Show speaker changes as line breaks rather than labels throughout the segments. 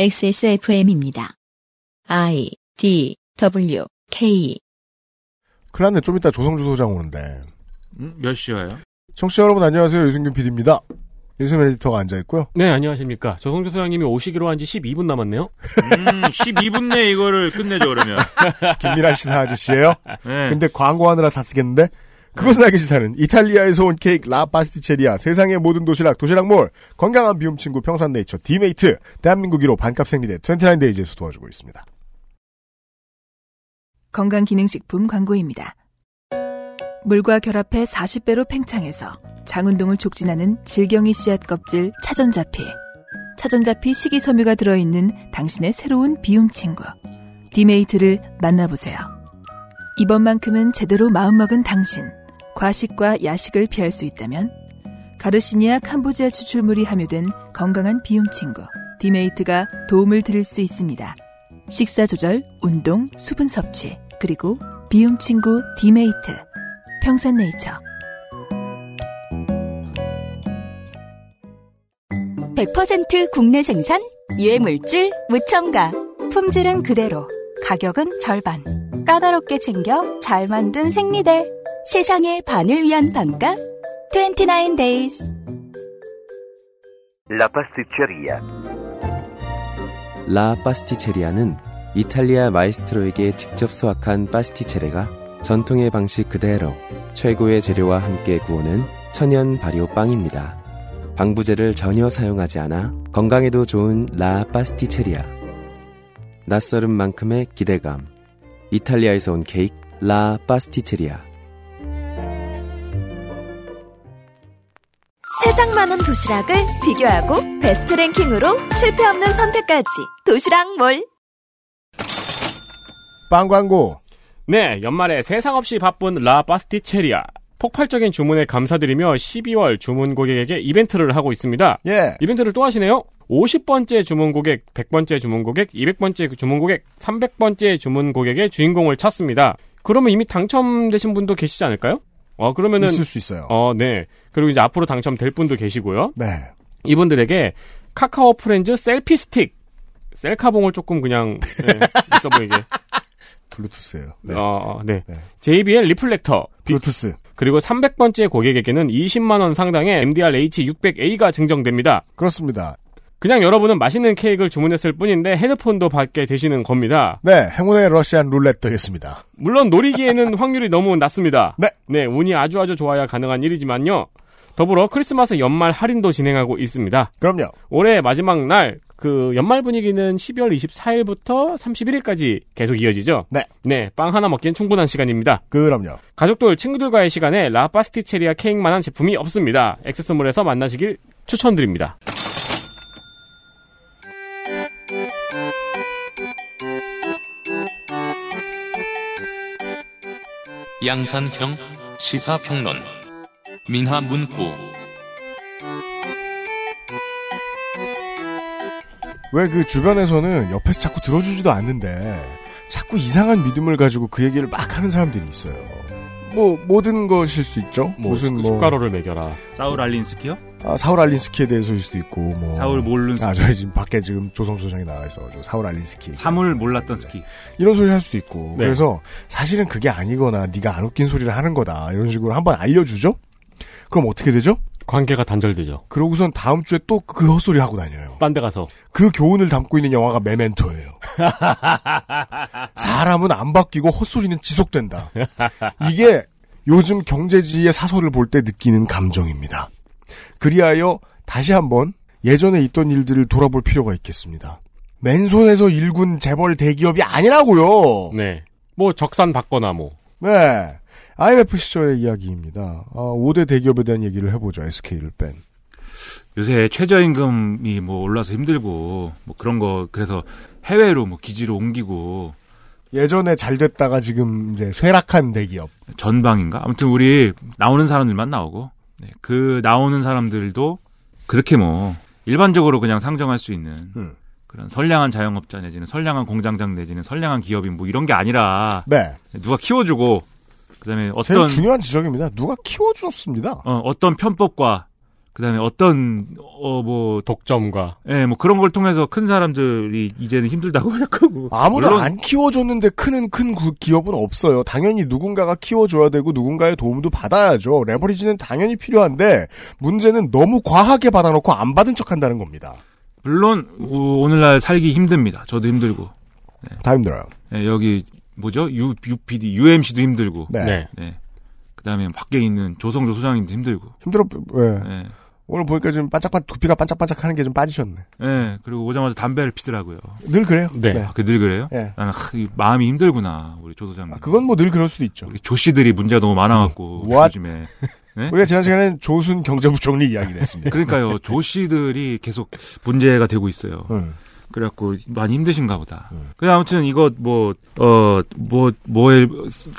XSFM입니다. I D W K
큰일 났네. 좀 이따 조성주 소장 오는데.
음, 몇 시여요?
청취자 여러분 안녕하세요. 유승균 PD입니다. 유승민 에디터가 앉아있고요.
네, 안녕하십니까. 조성규 소장님이 오시기로 한 지 12분 남았네요.
음, 12분 내 이거를 끝내죠 그러면.
김미라 시사 아저씨예요.
네.
근데 광고하느라 사쓰겠는데? 그것은 알기 싫다는 이탈리아에서 온 케이크 라 파스티체리아 세상의 모든 도시락 도시락몰 건강한 비움 친구 평산네이처 디메이트 대한민국 1호 반값 생리대 29데이즈에서 도와주고 있습니다.
건강기능식품 광고입니다. 물과 결합해 40배로 팽창해서 장운동을 촉진하는 질경이 씨앗 껍질 차전자피. 차전자피 식이섬유가 들어있는 당신의 새로운 비움 친구. 디메이트를 만나보세요. 이번만큼은 제대로 마음먹은 당신. 과식과 야식을 피할 수 있다면 가르시니아 캄보지아 추출물이 함유된 건강한 비움 친구 디메이트가 도움을 드릴 수 있습니다. 식사 조절, 운동, 수분 섭취, 그리고 비움 친구 디메이트. 평산네이처.
100% 국내 생산, 유해물질, 무첨가. 품질은 그대로, 가격은 절반. 까다롭게 챙겨 잘 만든 생리대. 세상의 반을 위한 반값. 29 days.
La pasticceria.
라 파스티체리아는 이탈리아 마이스트로에게 직접 수확한 파스티체레가 전통의 방식 그대로 최고의 재료와 함께 구우는 천연 발효 빵입니다. 방부제를 전혀 사용하지 않아 건강에도 좋은 라 파스티체리아. 낯설은 만큼의 기대감. 이탈리아에서 온 케이크 라 파스티체리아.
세상 많은 도시락을 비교하고 베스트 랭킹으로 실패 없는 선택까지. 도시락 몰.
빵 광고
네, 연말에 세상 없이 바쁜 라 파스티체리아. 폭발적인 주문에 감사드리며 12월 주문 고객에게 이벤트를 하고 있습니다.
예
이벤트를 또 하시네요? 50번째 주문 고객, 100번째 주문 고객, 200번째 주문 고객, 300번째 주문 고객의 주인공을 찾습니다. 그러면 이미 당첨되신 분도 계시지 않을까요? 어, 그러면은,
있을 수 있어요.
어, 네. 그리고 이제 앞으로 당첨될 분도 계시고요.
네
이분들에게 카카오 프렌즈 셀피 스틱 셀카봉을 조금 그냥 네, 있어 보이게
블루투스예요. 네.
어, 네.
네.
JBL 리플렉터 비-
블루투스
그리고 300번째 고객에게는 20만 원 상당의 MDRH 600A가 증정됩니다.
그렇습니다.
그냥 여러분은 맛있는 케이크를 주문했을 뿐인데 헤드폰도 받게 되시는 겁니다.
네 행운의 러시안 룰렛 되겠습니다.
물론 노리기에는 확률이 너무 낮습니다.
네.
운이 아주 아주 좋아야 가능한 일이지만요. 더불어 크리스마스 연말 할인도 진행하고 있습니다.
그럼요.
올해 마지막 날, 그 연말 분위기는 12월 24일부터 31일까지 계속 이어지죠.
네.
네, 빵 하나 먹기엔 충분한 시간입니다.
그럼요.
가족들, 친구들과의 시간에 라파스티체리아 케이크만한 제품이 없습니다. 액세서몰에서 만나시길 추천드립니다.
양산형 시사평론 민하문구
왜 그 주변에서는 옆에서 자꾸 들어주지도 않는데 자꾸 이상한 믿음을 가지고 그 얘기를 막 하는 사람들이 있어요. 뭐 모든 것일 수 있죠.
뭐,
무슨
그
숟-
뭐
숟가루를 매겨라.
사울 알린스키요?
아, 사울 알린스키에 대해서일 수도 있고 뭐
사울 모르는 스키.
아, 저희 지금 밖에 지금 조성수 소장이 나와 있어가지고 사울 알린스키.
사물 몰랐던 스키.
이런 소리 할 수도 있고.
네.
그래서 사실은 그게 아니거나 네가 안 웃긴 소리를 하는 거다. 이런 식으로 한번 알려주죠? 그럼 어떻게 되죠?
관계가 단절되죠.
그러고선 다음 주에 또 그 헛소리 하고 다녀요.
딴 데 가서.
그 교훈을 담고 있는 영화가 메멘토예요. 사람은 안 바뀌고 헛소리는 지속된다. 이게 요즘 경제지의 사설을 볼 때 느끼는 감정입니다. 그리하여 다시 한번 예전에 있던 일들을 돌아볼 필요가 있겠습니다. 맨손에서 일군 재벌 대기업이 아니라고요.
네. 뭐, 적산 받거나 뭐.
네. IMF 시절의 이야기입니다. 어, 5대 대기업에 대한 얘기를 해보죠. SK를 뺀.
요새 최저임금이 뭐 올라서 힘들고 뭐 그런 거 그래서 해외로 뭐 기지로 옮기고
예전에 잘 됐다가 지금 이제 쇠락한 대기업.
전방인가? 아무튼 우리 나오는 사람들만 나오고 네, 그 나오는 사람들도 그렇게 뭐 일반적으로 그냥 상정할 수 있는
음.
그런 선량한 자영업자 내지는 선량한 공장장 내지는 선량한 기업인 뭐 이런 게 아니라
네.
누가 키워주고 그다음에
제일
어떤
중요한 지적입니다. 누가 키워주었습니다.
어, 어떤 편법과 그다음에 어떤 어뭐
독점과
예, 뭐 그런 걸 통해서 큰 사람들이 이제는 힘들다고 생각하고
아무도
물론
안 키워줬는데 크는 큰 구- 기업은 없어요. 당연히 누군가가 키워줘야 되고 누군가의 도움도 받아야죠. 레버리지는 당연히 필요한데 문제는 너무 과하게 받아놓고 안 받은 척한다는 겁니다.
물론 오, 오늘날 살기 힘듭니다. 저도 힘들고
다 힘들어요.
예, 여기 뭐죠? U UPD, UMC도 힘들고
네.
네.
예. 그다음에 밖에 있는 조성조 소장님도 힘들고
힘들어. 예.
예.
오늘 보니까 지금 반짝반 두피가 반짝반짝하는 게 좀 빠지셨네.
예, 그리고 오자마자 담배를 피더라고요.
늘 그래요.
네.
아, 그늘 그래요?
예.
나는 하, 이 마음이 힘들구나 우리 조 소장님.
아, 그건 뭐 늘 그럴 수도 있죠.
우리 조 씨들이 문제가 너무 많아갖고
What?
요즘에
우리가 지난 시간에 조순 경제부총리 이야기를 했습니다.
네. 그러니까요 조 씨들이 계속 문제가 되고 있어요.
음.
그래갖고 많이 힘드신가 보다. 그래 아무튼 이거 뭐어뭐 뭐에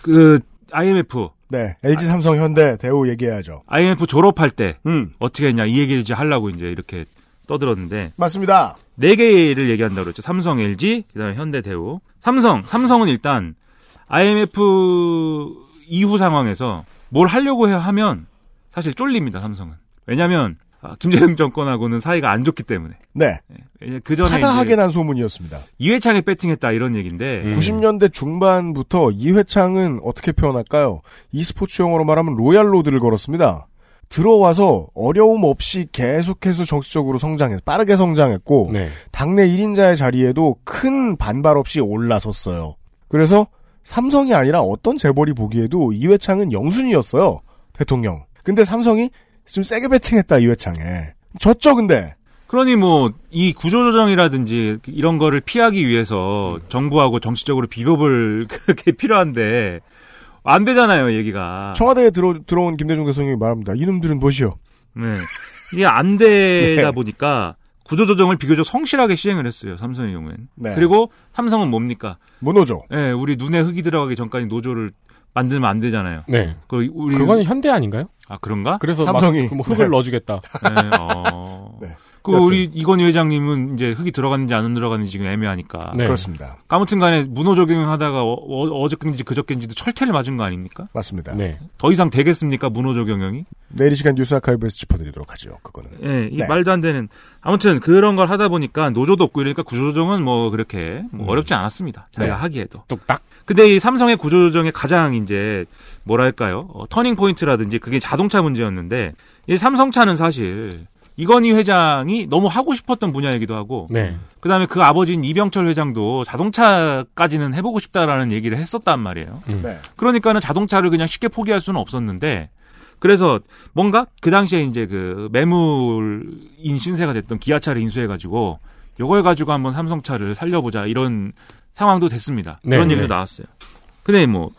그 IMF
네, LG 삼성 현대 대우 얘기해야죠.
IMF 졸업할 때
음,
어떻게 했냐 이 얘기를 이제 하려고 이제 이렇게 떠들었는데
맞습니다.
네 개를 얘기한다고 그랬죠. 삼성, LG, 그다음에 현대대우. 삼성, 삼성은 일단 IMF 이후 상황에서 뭘 하려고 해- 하면 사실 쫄립니다. 삼성은. 왜냐하면 아, 김대중 정권하고는 사이가 안 좋기 때문에.
네,
그
파다하게
전에
난 소문이었습니다.
이회창에 배팅했다 이런 얘기인데
음.
90년대 중반부터 이회창은 어떻게 표현할까요? e스포츠 용어로 말하면 로얄로드를 걸었습니다. 들어와서 어려움 없이 계속해서 정치적으로 성장해서 빠르게 성장했고
네.
당내 1인자의 자리에도 큰 반발 없이 올라섰어요. 그래서 삼성이 아니라 어떤 재벌이 보기에도 이회창은 영순이었어요. 대통령. 근데 삼성이 좀 세게 베팅했다 이회창에. 졌죠 근데.
그러니 뭐 이 구조조정이라든지 이런 거를 피하기 위해서 정부하고 정치적으로 비법을 그게 필요한데 안 되잖아요 얘기가.
청와대에 들어, 들어온 김대중 대통령이 말합니다. 이놈들은 무엇이요?
네. 이게 안 되다
네.
보니까 구조조정을 비교적 성실하게 시행을 했어요, 삼성의 경우엔.
네.
그리고 삼성은 뭡니까?
모노죠.
예, 우리 눈에 흙이 들어가기 전까지 노조를 만들면 안 되잖아요.
네.
그 우리
그건 현대 아닌가요?
아 그런가?
그래서
삼성이.
막, 뭐 흙을
네.
넣어주겠다.
예, 어.
네.
그 우리 이건희 회장님은 이제 흙이 들어갔는지 안 들어갔는지 지금 애매하니까.
네.
아, 그렇습니다.
아무튼간에 문호조 경영하다가 어, 어, 어저께인지 그저께인지도 철퇴를 맞은 거 아닙니까?
맞습니다.
네.
더 이상 되겠습니까 문호조 경영이?
내일 이 시간 뉴스 아카이브에서 짚어드리도록 하죠. 그거는.
예, 이
네.
말도 안 되는. 아무튼 그런 걸 하다 보니까 노조도 없고 이러니까 구조조정은 뭐 그렇게 뭐 어렵지 않았습니다.
음.
자기가
네.
하기에도.
뚝딱.
근데 이 삼성의 구조조정의 가장 이제 뭐랄까요? 어, 터닝 포인트라든지 그게 자동차 문제였는데 이 삼성차는 사실 이건희 회장이 너무 하고 싶었던 분야이기도 하고
네.
그다음에 그 아버지인 이병철 회장도 자동차까지는 해보고 싶다라는 얘기를 했었단 말이에요.
네.
그러니까는 자동차를 그냥 쉽게 포기할 수는 없었는데 그래서 뭔가 그 당시에 이제 그 매물인 신세가 됐던 기아차를 인수해가지고 요걸 가지고 한번 삼성차를 살려보자 이런 상황도 됐습니다.
네,
그런 얘기도
네.
나왔어요. 근데 뭐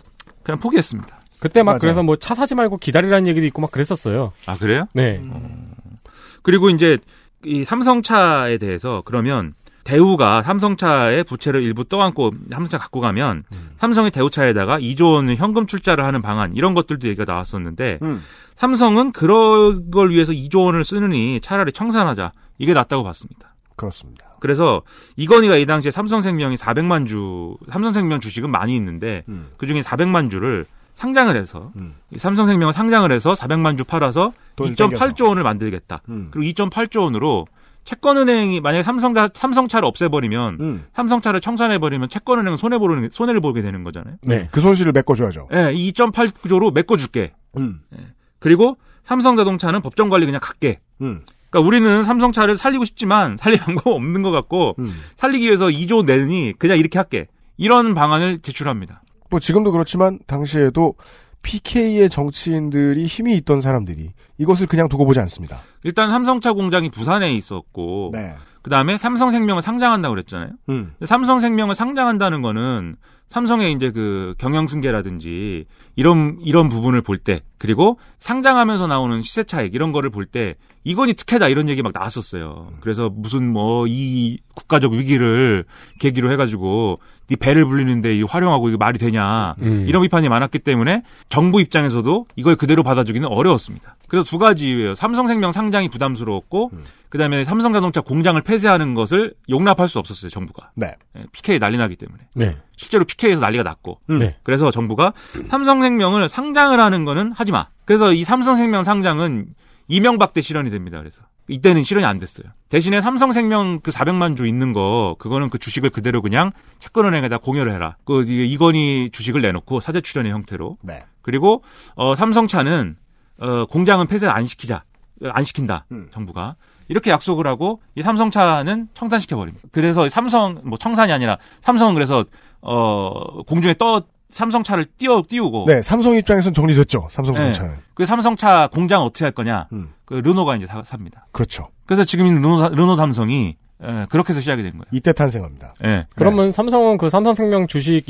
그냥 포기했습니다.
그때 막
맞아요.
그래서 뭐 차 사지 말고 기다리라는 얘기도 있고 막 그랬었어요.
아 그래요?
네.
그리고 이제 이 삼성차에 대해서 그러면 대우가 삼성차의 부채를 일부 떠안고 삼성차 갖고 가면 삼성이 대우차에다가 2조 원 현금 출자를 하는 방안 이런 것들도 얘기가 나왔었는데
음.
삼성은 그런 걸 위해서 2조 원을 쓰느니 차라리 청산하자 이게 낫다고 봤습니다.
그렇습니다.
그래서 이건희가 이 당시에 삼성생명이 400만 주 삼성생명 주식은 많이 있는데
음.
그 중에 400만 주를 상장을 해서
음.
이 삼성생명을 상장을 해서 400만 주 팔아서
돈
2.8조 원을 만들겠다.
음.
그리고 2.8조 원으로 채권은행이 만약에 삼성가 삼성차를 없애버리면
음.
삼성차를 청산해버리면 채권은행은 손해 보는 손해를 보게 되는 거잖아요.
네.
그 손실을 메꿔줘야죠.
예, 이 2.8조로 메꿔줄게.
음.
그리고 삼성자동차는 법정 관리 그냥 갈게.
음.
그러니까 우리는 삼성차를 살리고 싶지만 살릴 방법 없는 것 같고
음.
살리기 위해서 2조 내니 그냥 이렇게 할게. 이런 방안을 제출합니다.
뭐 지금도 그렇지만 당시에도 PK의 정치인들이 힘이 있던 사람들이 이것을 그냥 두고 보지 않습니다.
일단 삼성차 공장이 부산에 있었고
네.
그다음에 삼성생명을 상장한다고 그랬잖아요.
음.
근데 삼성생명을 상장한다는 거는 삼성의 이제 그 경영승계라든지 이런 이런 부분을 볼 때 그리고 상장하면서 나오는 시세 차익 이런 거를 볼 때 이건이 특혜다 이런 얘기 막 나왔었어요. 그래서 무슨 뭐 이 국가적 위기를 계기로 해가지고 이 배를 불리는데 이 활용하고 이게 말이 되냐
음.
이런 비판이 많았기 때문에 정부 입장에서도 이걸 그대로 받아주기는 어려웠습니다. 그래서 두 가지예요. 삼성생명 상장이 부담스러웠고 그다음에 삼성자동차 공장을 폐쇄하는 것을 용납할 수 없었어요. 정부가
네.
예, PK 난리 나기 때문에
네.
실제로 PK에서 난리가 났고
음.
네.
그래서 정부가 삼성생명을 상장을 하는 거는 하지 마. 그래서 이 삼성생명 상장은 이명박 때 실현이 됩니다. 그래서 이때는 실현이 안 됐어요. 대신에 삼성생명 그 400만 주 있는 거 그거는 그 주식을 그대로 그냥 채권은행에다 공여를 해라. 그 이게 이건희 주식을 내놓고 사재 출연의 형태로
네.
그리고 어, 삼성차는 어, 공장은 폐쇄를 안 시키자 어, 안 시킨다
음.
정부가 이렇게 약속을 하고 이 삼성차는 청산시켜 버립니다. 그래서 삼성 뭐 청산이 아니라 삼성은 그래서 어, 공중에 떠 삼성차를 띄워 띄우고
네, 삼성 입장에선 정리됐죠. 삼성
네.
전차는.
그 삼성차 공장 어떻게 할 거냐
음.
그 르노가 이제 사, 삽니다.
그렇죠.
그래서 지금 있는 르노, 르노 삼성이 예, 그렇게 해서 시작이 된 거예요.
이때 탄생합니다.
예.
그러면 삼성은 그 삼성생명 주식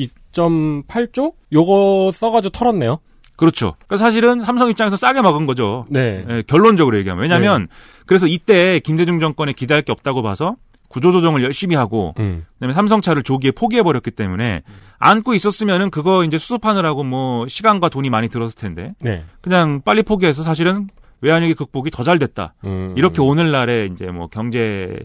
2.8조 요거 써가지고 털었네요.
그렇죠. 그러니까 사실은 삼성 입장에서 싸게 막은 거죠.
네.
예, 결론적으로 얘기하면 왜냐하면 그래서 이때 김대중 정권에 기대할 게 없다고 봐서 구조조정을 열심히 하고
음.
그다음에 삼성차를 조기에 포기해 버렸기 때문에 안고 있었으면은 그거 이제 수습하느라고 뭐 시간과 돈이 많이 들었을 텐데
네.
그냥 빨리 포기해서 사실은 외환위기 극복이 더 잘 됐다.
음.
이렇게 오늘날에 이제 뭐 경제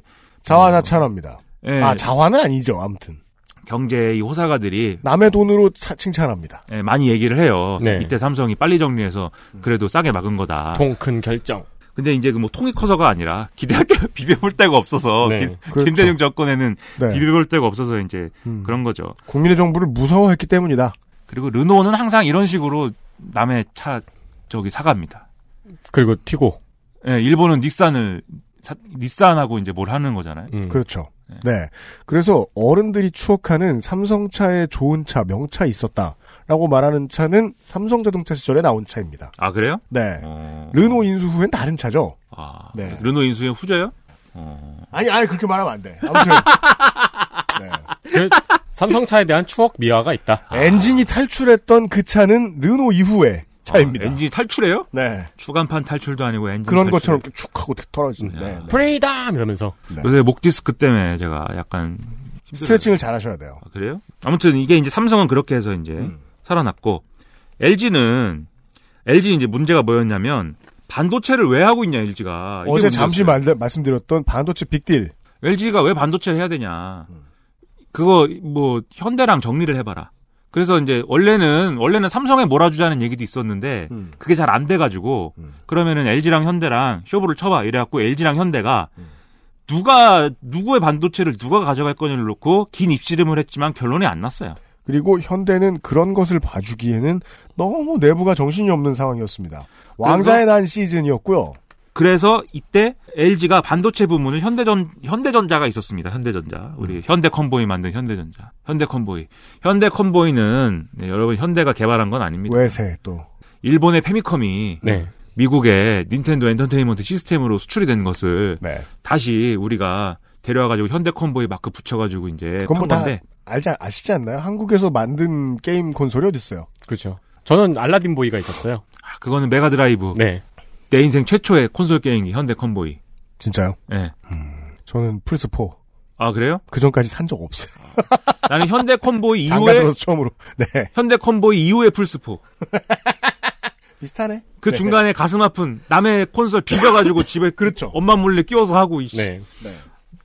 자화나 찬화입니다.
예,
아, 자화는 아니죠. 아무튼.
경제 이 호사가들이
남의 돈으로 차- 칭찬합니다.
예, 많이 얘기를 해요.
네.
이때 삼성이 빨리 정리해서 그래도 싸게 막은 거다.
통큰 결정.
근데 이제 그 뭐 통이 커서가 아니라 기대할 게 비벼볼 데가 없어서
네.
김,
그렇죠.
김대중 정권에는
네.
비벼볼 데가 없어서 이제
음.
그런 거죠.
국민의 정부를 무서워했기 때문이다.
그리고 르노는 항상 이런 식으로 남의 차 저기 사갑니다.
그리고 튀고.
예, 일본은 닛산을 사- 닛산하고 이제 뭘 하는 거잖아요.
음.
그렇죠. 네. 그래서 어른들이 추억하는 삼성차의 좋은 차, 명차 있었다. 라고 말하는 차는 삼성자동차 시절에 나온 차입니다.
아 그래요?
네.
어.
르노 인수 후엔 다른 차죠.
아,
네.
르노 인수의 후자요?
아니, 아니, 그렇게 말하면 안 돼. 아무튼. 네.
그 삼성차에 대한 추억 미화가 있다.
엔진이 탈출했던 그 차는 르노 이후의 차입니다.
아, 엔진이 탈출해요?
네.
추간판 탈출도 아니고 엔진
그런
탈출. 네.
것처럼 네. 이렇게 축 하고 떨어지는데. 네.
프리덤 이러면서.
요새 목 디스크 때문에 제가 약간
스트레칭을 잘 하셔야 돼요.
아, 그래요? 음. 아무튼 이게 이제 삼성은 그렇게 해서 이제 살아났고 LG는 LG 이제 문제가 뭐였냐면 반도체를 왜 하고 있냐 LG가
어제 잠시 말, 말씀드렸던 반도체 빅딜.
LG가 왜 반도체를 해야 되냐 그거 뭐 현대랑 정리를 해봐라. 그래서 이제 원래는 원래는 삼성에 몰아주자는 얘기도 있었는데
음.
그게 잘 안 돼가지고 그러면은 LG랑 현대랑 쇼부를 쳐봐 이래갖고 LG랑 현대가 누가 누구의 반도체를 누가 가져갈 거냐를 놓고 긴 입씨름을 했지만 결론이 안 났어요.
그리고 현대는 그런 것을 봐주기에는 너무 내부가 정신이 없는 상황이었습니다. 왕자의 난 시즌이었고요.
그래서 이때 LG가 반도체 부문을 현대전 현대전자가 있었습니다. 현대전자
음.
우리 현대컨보이 만든 현대전자 현대컨보이 현대컨보이는 네, 여러분 현대가 개발한 건 아닙니다.
외세 또.
일본의 페미컴이
네.
미국의 닌텐도 엔터테인먼트 시스템으로 수출이 된 것을
네.
다시 우리가 데려와가지고 현대컨보이 마크 붙여가지고 이제
그건
판
뭐다
건데
알지 아시지 않나요? 한국에서 만든 게임 콘솔이 어딨어요?
그렇죠. 저는 알라딘 보이가 있었어요.
아, 그거는 메가드라이브
네.
내 인생 최초의 콘솔 게임기 현대컨보이.
진짜요?
예.
저는 플스 4.
아 그래요?
그 전까지 산 적 없어요.
나는 현대컨보이
장가
이후에
들어서 처음으로. 네.
현대컨보이 이후에 풀스포.
비슷하네.
그
네.
중간에 가슴 아픈 남의 콘솔 빌려가지고 집에
그렇죠.
엄마 몰래 끼워서 하고 이씨.
네.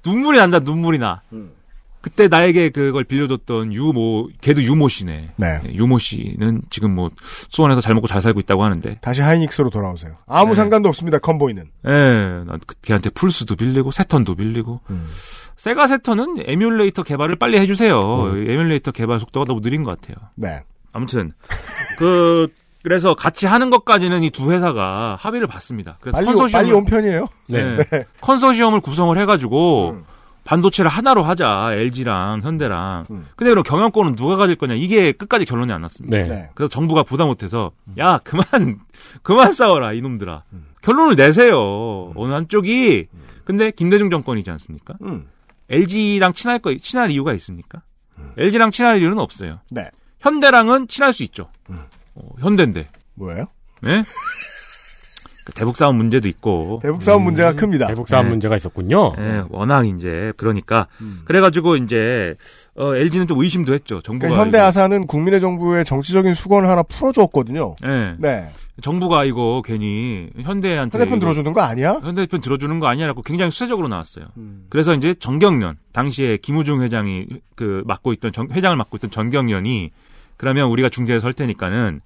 눈물이 난다 눈물이 나.
음.
그때 나에게 그걸 빌려줬던 유모 걔도 유모 씨네.
네.
네, 유모 씨는 지금 뭐 수원에서 잘 먹고 잘 살고 있다고 하는데,
다시 하이닉스로 돌아오세요. 아무
네.
상관도 없습니다. 컨보이는.
예, 난 그- 걔한테 풀스도 빌리고 세턴도 빌리고
음.
세가 세턴은 에뮬레이터 개발을 빨리 해주세요.
음.
에뮬레이터 개발 속도가 너무 느린 것 같아요.
네.
아무튼 그 그래서 같이 하는 것까지는 이 두 회사가 합의를 봤습니다. 그래서
빨리 오-
컨소시엄을
빨리 온 편이에요.
네. 컨소시엄을 구성을 해가지고 반도체를 하나로 하자 LG랑 현대랑.
음.
근데 그럼 경영권은 누가 가질 거냐 이게 끝까지 결론이 안 났습니다.
네.
네.
그래서 정부가 부담 못해서 야 그만 그만 싸워라 이놈들아 결론을 내세요 어느 한쪽이 근데 김대중 정권이지 않습니까?
음.
LG랑 친할 거 친할 이유가 있습니까? LG랑 친할 이유는 없어요.
네.
현대랑은 친할 수 있죠. 어, 현대인데
뭐예요?
예? 그 대북 싸움 문제도 있고
대북 싸움 문제가 큽니다.
대북 사업
네.
문제가 있었군요.
예, 워낙 이제 그러니까
음.
그래가지고 이제 어, LG는 좀 의심도 했죠. 정부가
그러니까 현대
이거-
아사는 국민의 정부의 정치적인 수건을 하나 풀어주었거든요.
예,
네.
정부가 이거 괜히 현대한테
휴대폰
이거-
들어주는 거 아니야?
현대편 들어주는 거 아니냐라고 굉장히 수세적으로 나왔어요.
음.
그래서 이제 정경련 당시에 김우중 회장이 그 맡고 있던 정- 회장을 맡고 있던 정경련이 그러면 우리가 중재에 설 테니까는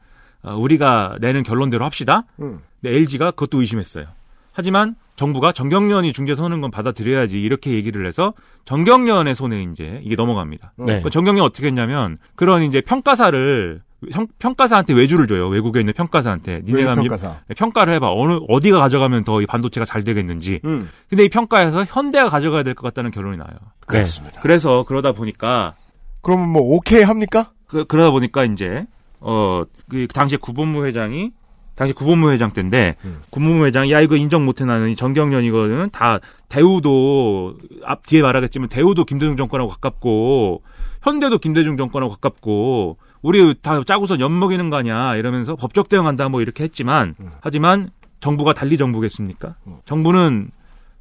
어, 우리가 내는 결론대로 합시다.
음.
근데 LG가 그것도 의심했어요. 하지만 정부가 정경련이 중재 서는 건 받아들여야지 이렇게 얘기를 해서 정경련의 손에 이제 이게 넘어갑니다.
네.
그 정경련 어떻게 했냐면 그런 이제 평가사를 형- 평가사한테 외주를 줘요. 외국에 있는 평가사한테 니네가 한번
평가사.
평가를 해봐. 어느 어디가 가져가면 더 이 반도체가 잘 되겠는지.
음.
근데 이 평가에서 현대가 가져가야 될 것 같다는 결론이 나요.
그렇습니다.
그래서 그러다 보니까
그러면 뭐 오케이 합니까?
그, 러다 보니까 이제 어그 당시 에 구본무 회장이 당시 구본무 회장 때인데 구본무 회장이 야 이거 인정 못해 나는 이 정경련 이거는 다 대우도 앞 뒤에 말하겠지만 대우도 김대중 정권하고 가깝고 현대도 김대중 정권하고 가깝고 우리 다 짜고서 엿먹이는 거 아니야 이러면서 법적 대응한다 뭐 이렇게 했지만 하지만 정부가 달리 정부겠습니까? 정부는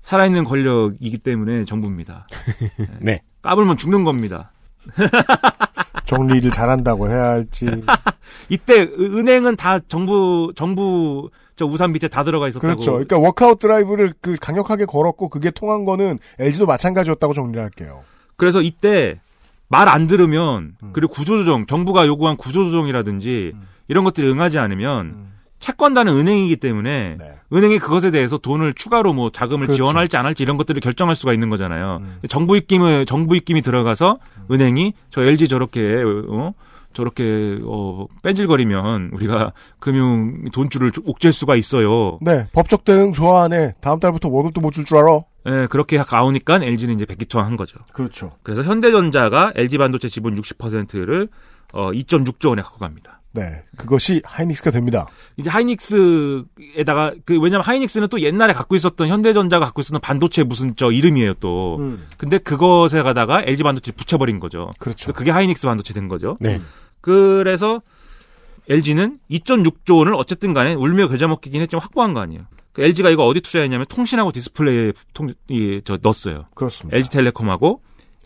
살아있는 권력이기 때문에 정부입니다.
네.
까불면 죽는 겁니다.
정리를 잘한다고 해야 할지.
이때 은- 은행은 다 정부 정부 저 우산 밑에 다 들어가 있었다고.
그렇죠. 그러니까 워크아웃 드라이브를 그 강력하게 걸었고 그게 통한 거는 LG도 마찬가지였다고 정리를 할게요.
래서 이때 말 안 들으면
음.
그리고 구조조정 정부가 요구한 구조조정이라든지 이런 것들이 응하지 않으면
음.
채권단은 은행이기 때문에
네.
은행이 그것에 대해서 돈을 추가로 뭐 자금을
그렇죠.
지원할지 안 할지 이런 것들을 결정할 수가 있는 거잖아요.
음.
정부 입김을 정부 입김이 들어가서 은행이 저 LG 저렇게 어 저렇게 어 뺀질거리면 우리가 금융 돈줄을 옥죄 수가 있어요.
네. 법적 대응 좋아하네. 다음 달부터 월급도 못 줄 줄 알아.
예, 그렇게 가오니까 LG는 이제 백기투항한 거죠.
그렇죠.
그래서 현대전자가 LG 반도체 지분 60%를 어 2.6조 원에 갖고 갑니다.
네. 그것이 하이닉스가 됩니다.
이제 하이닉스에다가 그 왜냐면 하이닉스는 또 옛날에 갖고 있었던 현대전자가 갖고 있었던 반도체 무슨 저 이름이에요 또. 근데 그것에 가다가 LG 반도체 붙여버린 거죠.
음. 그렇죠.
그래서 그게 하이닉스 반도체 된 거죠.
네.
그래서 LG는 2.6조 원을 어쨌든 간에 울며 겨자 먹기긴 했지만 확보한 거 아니에요. LG가 이거 어디 투자했냐면 통신하고 디스플레이에 통, 이, 저, 넣었어요.
그렇습니다. LG,
LG텔레콤하고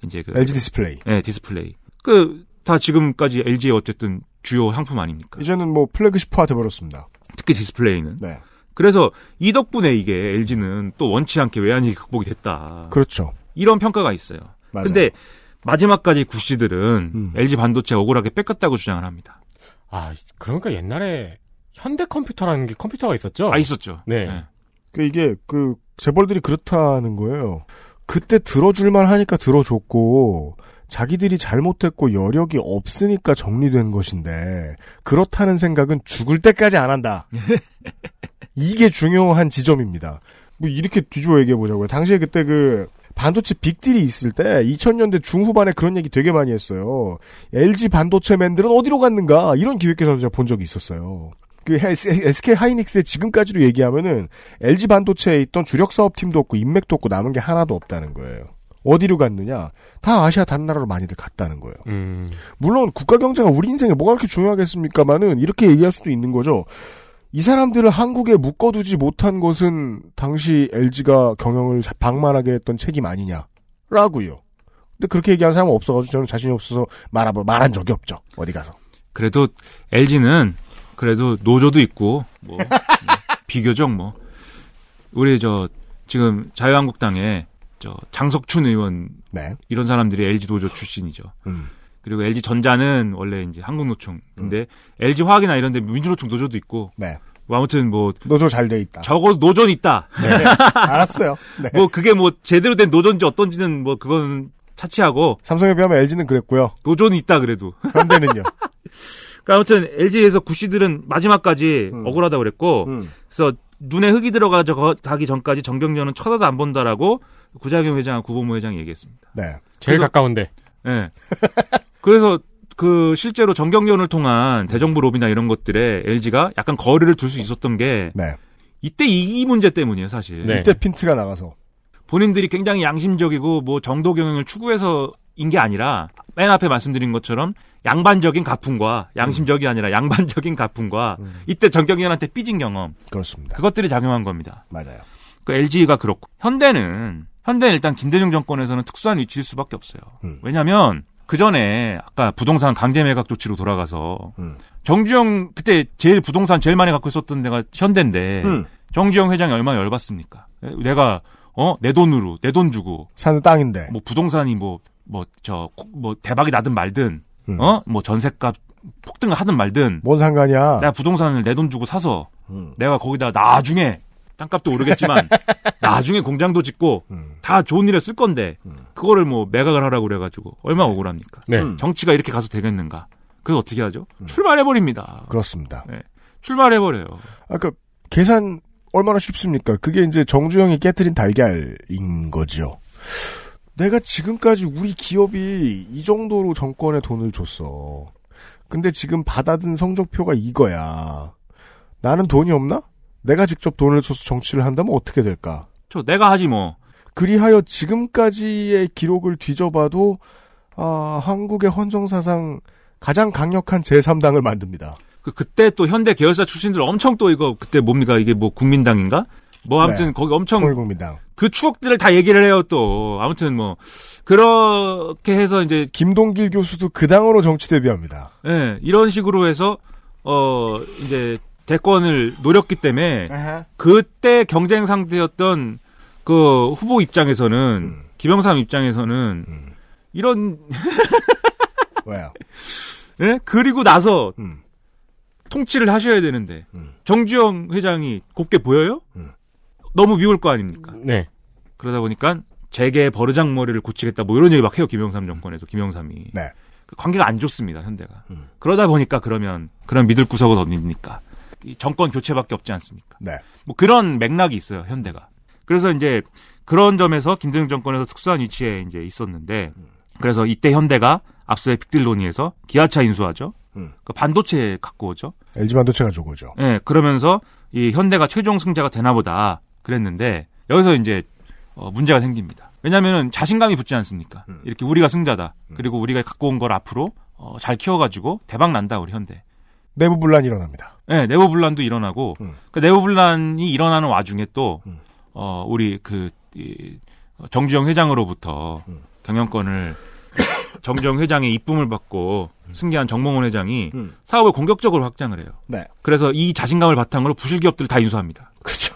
이제 그
디스플레이.
예, 디스플레이. 그 다 지금까지 LG의 어쨌든 주요 상품 아닙니까?
이제는 뭐 플래그십화 돼버렸습니다.
특히 디스플레이는.
네.
그래서 이 덕분에 이게 LG는 또 원치 않게 외환위기 극복이 됐다.
그렇죠.
이런 평가가 있어요.
맞아요.
근데 마지막까지 구씨들은
음.
LG 반도체 억울하게 뺏겼다고 주장을 합니다.
아, 그러니까 옛날에 현대 컴퓨터라는 게 컴퓨터가
어.
있었죠?
다 있었죠.
네.
예.
그 이게 그 재벌들이 그렇다는 거예요. 그때 들어줄만 하니까 들어줬고 자기들이 잘못했고 여력이 없으니까 정리된 것인데 그렇다는 생각은 죽을 때까지 안 한다. 이게 중요한 지점입니다. 뭐 이렇게 뒤집어 얘기해 보자고요. 당시에 그때 그 반도체 빅딜이 있을 때 2000년대 중후반에 그런 얘기 되게 많이 했어요. LG 반도체 맨들은 어디로 갔는가 이런 기획기사도 제가 본 적이 있었어요. 그 SK 하이닉스의 지금까지로 얘기하면은 LG 반도체에 있던 주력 사업팀도 없고 인맥도 없고 남은 게 하나도 없다는 거예요. 어디로 갔느냐? 다 아시아 다른 나라로 많이들 갔다는 거예요.
음.
물론 국가 경제가 우리 인생에 뭐가 그렇게 중요하겠습니까마는 이렇게 얘기할 수도 있는 거죠. 이 사람들을 한국에 묶어두지 못한 것은 당시 LG가 경영을 자- 방만하게 했던 책임 아니냐라고요. 근데 그렇게 얘기하는 사람은 없어가지고 저는 자신이 없어서 말아 말한 적이 없죠. 어디 가서.
그래도 LG는 그래도 노조도 있고 뭐 비교적 뭐 우리 저 지금 자유한국당에 저 장석춘 의원
네.
이런 사람들이 LG 노조 출신이죠.
음.
그리고 LG 전자는 원래 이제 한국노총. 근데 LG 화학이나 이런 데 민주노총 노조도 있고
네.
뭐 아무튼 뭐
노조 잘 돼 있다.
적어 도 노조는 있다.
네. 알았어요. 네.
뭐 그게 뭐 제대로 된 노조인지 어떤지는 뭐 그건 차치하고
삼성에 비하면 LG는 그랬고요.
노조는 있다 그래도.
현대는요.
그러니까 아무튼 LG에서 구씨들은 마지막까지
음.
억울하다고 그랬고 그래서 눈에 흙이 들어가기 전까지 정경련은 쳐다도 안 본다라고 구자경 회장, 구보모 회장이 얘기했습니다.
네.
제일
그래서-
가까운데.
예. 그래서 그 실제로 정경련을 통한 대정부 로비나 이런 것들에 LG가 약간 거리를 둘 수 있었던 게
네.
이때 이, 이 문제 때문이에요, 사실.
네.
이때 핀트가 나가서.
본인들이 굉장히 양심적이고 뭐 정도 경영을 추구해서 인 게 아니라 맨 앞에 말씀드린 것처럼 양반적인 가품과 양심적이 아니라 양반적인 가품과 이때 정경련한테 삐진 경험
그렇습니다.
그것들이 작용한 겁니다.
맞아요.
그 LG가 그렇고 현대는 현대는 일단 김대중 정권에서는 특수한 위치일 수밖에 없어요.
음.
왜냐하면 그 전에 아까 부동산 강제 매각 조치로 돌아가서
음.
정주영 그때 제일 부동산 제일 많이 갖고 있었던 데가 현대인데
음.
정주영 회장이 얼마나 열받습니까? 내가 어 내 돈으로 내 돈 주고
사는 땅인데.
뭐 부동산이 뭐 뭐 저 뭐 대박이 나든 말든
음. 뭐
어 뭐 전세값 폭등을 하든 말든
뭔 상관이야.
내가 부동산을 내 돈 주고 사서
아. 음.
내가 거기다 나중에 땅값도 오르겠지만 나중에 공장도 짓고
음.
다 좋은 일에 쓸 건데 그거를 뭐 매각을 하라고 그래가지고 얼마나 억울합니까?
네.
음.
정치가 이렇게 가서 되겠는가? 그래서 어떻게 하죠? 출발해 버립니다. 네.
그렇습니다.
출발해 버려요.
아까 그 계산 얼마나 쉽습니까? 그게 이제 정주영이 깨뜨린 달걀인 거죠. 내가 지금까지 우리 기업이 이 정도로 정권에 돈을 줬어. 근데 지금 받아든 성적표가 이거야. 나는 돈이 없나? 내가 직접 돈을 써서 정치를 한다면 어떻게 될까?
저 내가 하지 뭐.
그리하여 지금까지의 기록을 뒤져봐도 아, 한국의 헌정사상 가장 강력한 제3당을 만듭니다.
그, 그때 또 현대 계열사 출신들 엄청 또 이거 그때 뭡니까 이게 뭐 국민당인가? 뭐 아무튼
네.
거기 엄청
국민당.
그 추억들을 다 얘기를 해요 또 아무튼 뭐 그렇게 해서 이제
김동길 교수도 그 당으로 정치 데뷔합니다.
예, 이런 식으로 해서 어 이제 대권을 노렸기 때문에 그때 경쟁 상대였던 그 후보 입장에서는 김영삼 입장에서는 이런
왜요?
예? 그리고 나서
음.
통치를 하셔야 되는데
음.
정주영 회장이 곱게 보여요?
음.
너무 미울 거 아닙니까?
네.
그러다 보니까 재계 버르장 머리를 고치겠다 뭐 이런 얘기 막 해요 김영삼 정권에서 김영삼이
네.
그 관계가 안 좋습니다 현대가 그러다 보니까 그러면 그런 믿을 구석은 없습니까? 이 정권 교체밖에 없지 않습니까?
네.
뭐 그런 맥락이 있어요 현대가 그래서 이제 그런 점에서 김대중 정권에서 특수한 위치에 이제 있었는데 그래서 이때 현대가 앞서의 빅딜 논의에서 기아차 인수하죠
음.
그 반도체 갖고 오죠
LG 반도체가 조고죠.
예, 그러면서 이 현대가 최종 승자가 되나 보다 그랬는데 여기서 이제 어, 문제가 생깁니다. 왜냐면은 자신감이 붙지 않습니까? 이렇게 우리가 승자다. 그리고 우리가 갖고 온 걸 앞으로 어, 잘 키워가지고 대박 난다 우리 현대.
내부 분란이 일어납니다.
예, 내부 분란도 일어나고
음.
그 내부 분란이 일어나는 와중에 또
음.
어, 우리 그 이, 어, 정주영 회장으로부터
음.
경영권을 정주영 회장의 이쁨을 받고 승계한 정몽원 회장이
음.
사업을 공격적으로 확장을 해요.
네.
그래서 이 자신감을 바탕으로 부실 기업들을 다 인수합니다.
그렇죠.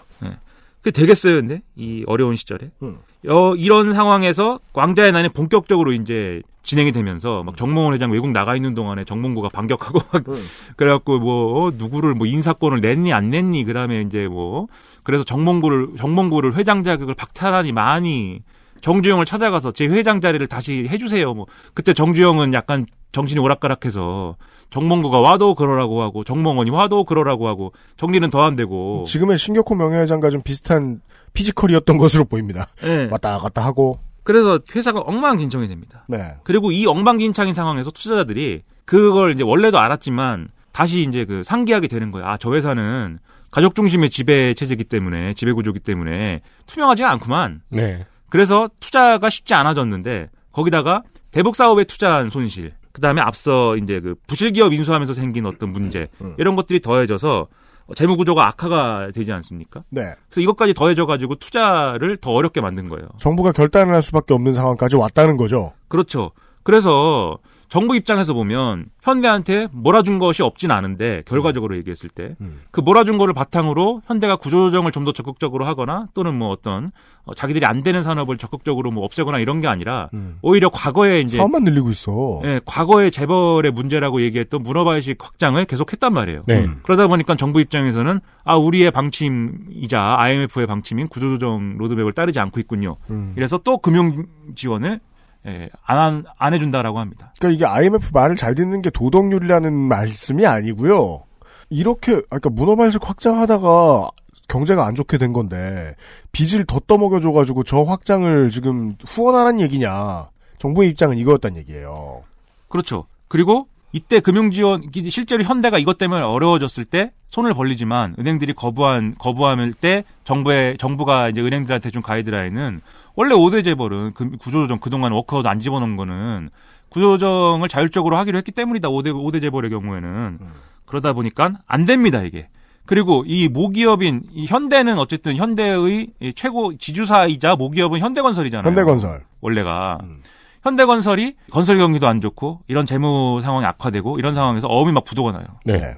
그게 되겠어요, 근데? 이 어려운 시절에?
음.
어, 이런 상황에서 왕자의 난이 본격적으로 이제 진행이 되면서 막 정몽원 회장 외국 나가 있는 동안에 정몽구가 반격하고 막 그래갖고 뭐 어, 누구를 뭐 인사권을 냈니 안 냈니 그다음에 이제 뭐 그래서 정몽구를 정몽구를 회장 자격을 박탈하니 많이 정주영을 찾아가서 제 회장 자리를 다시 해주세요. 뭐 그때 정주영은 약간 정신이 오락가락해서 정몽구가 와도 그러라고 하고 정몽원이 와도 그러라고 하고 정리는 더 안 되고
지금의 신격호 명예회장과 좀 비슷한 피지컬이었던 것으로 보입니다.
예.
왔다 갔다 하고.
그래서 회사가 엉망진창이 됩니다.
네.
그리고 이 엉망진창인 상황에서 투자자들이 그걸 이제 원래도 알았지만 다시 이제 그 상기하게 되는 거예요. 아, 저 회사는 가족 중심의 지배 체제이기 때문에 지배 구조기 때문에 투명하지가 않구만.
네.
그래서 투자가 쉽지 않아졌는데 거기다가 대북 사업에 투자한 손실, 그다음에 앞서 이제 그 부실 기업 인수하면서 생긴 어떤 문제 이런 것들이 더해져서 재무 구조가 악화가 되지 않습니까?
네.
그래서 이것까지 더해져 가지고 투자를 더 어렵게 만든 거예요.
정부가 결단을 할 수밖에 없는 상황까지 왔다는 거죠.
그렇죠. 그래서 정부 입장에서 보면 현대한테 몰아준 것이 없진 않은데 결과적으로 얘기했을 때 그
음.
몰아준 거를 바탕으로 현대가 구조조정을 좀 더 적극적으로 하거나 또는 뭐 어떤 어, 자기들이 안 되는 산업을 적극적으로 뭐 없애거나 이런 게 아니라
음.
오히려 과거에 이제
사업만 늘리고 있어.
예, 과거의 재벌의 문제라고 얘기했던 문어발식 확장을 계속했단 말이에요.
네.
음.
그러다 보니까 정부 입장에서는 아 우리의 방침이자 IMF의 방침인 구조조정 로드맵을 따르지 않고 있군요.
음.
이래서 또 금융 지원을 예, 안, 한- 안 해준다라고 합니다.
그러니까 이게 IMF 말을 잘 듣는 게 도덕률이라는 말씀이 아니고요. 이렇게 아까 문어발식 확장하다가 경제가 안 좋게 된 건데 빚을 더 떠먹여줘가지고 저 확장을 지금 후원하라는 얘기냐? 정부의 입장은 이거였단 얘기예요.
그렇죠. 그리고 이때 금융 지원 이게 실제로 현대가 이것 때문에 어려워졌을 때 손을 벌리지만 은행들이 거부한 거부함일 때 정부의 정부가 이제 은행들한테 준 가이드라인은 원래 5대 재벌은 금- 구조조정 그동안 워크아웃 안 집어넣은 거는 구조조정을 자율적으로 하기로 했기 때문이다. 5대 5대 재벌의 경우에는 그러다 보니까 안 됩니다, 이게. 그리고 이 모기업인 이 현대는 어쨌든 현대의 이 최고 지주사이자 모기업은 현대건설이잖아요.
현대건설.
원래가
음.
현대건설이 건설 경기도 안 좋고 이런 재무 상황이 악화되고 이런 상황에서 어음이 막 부도가 나요.
네.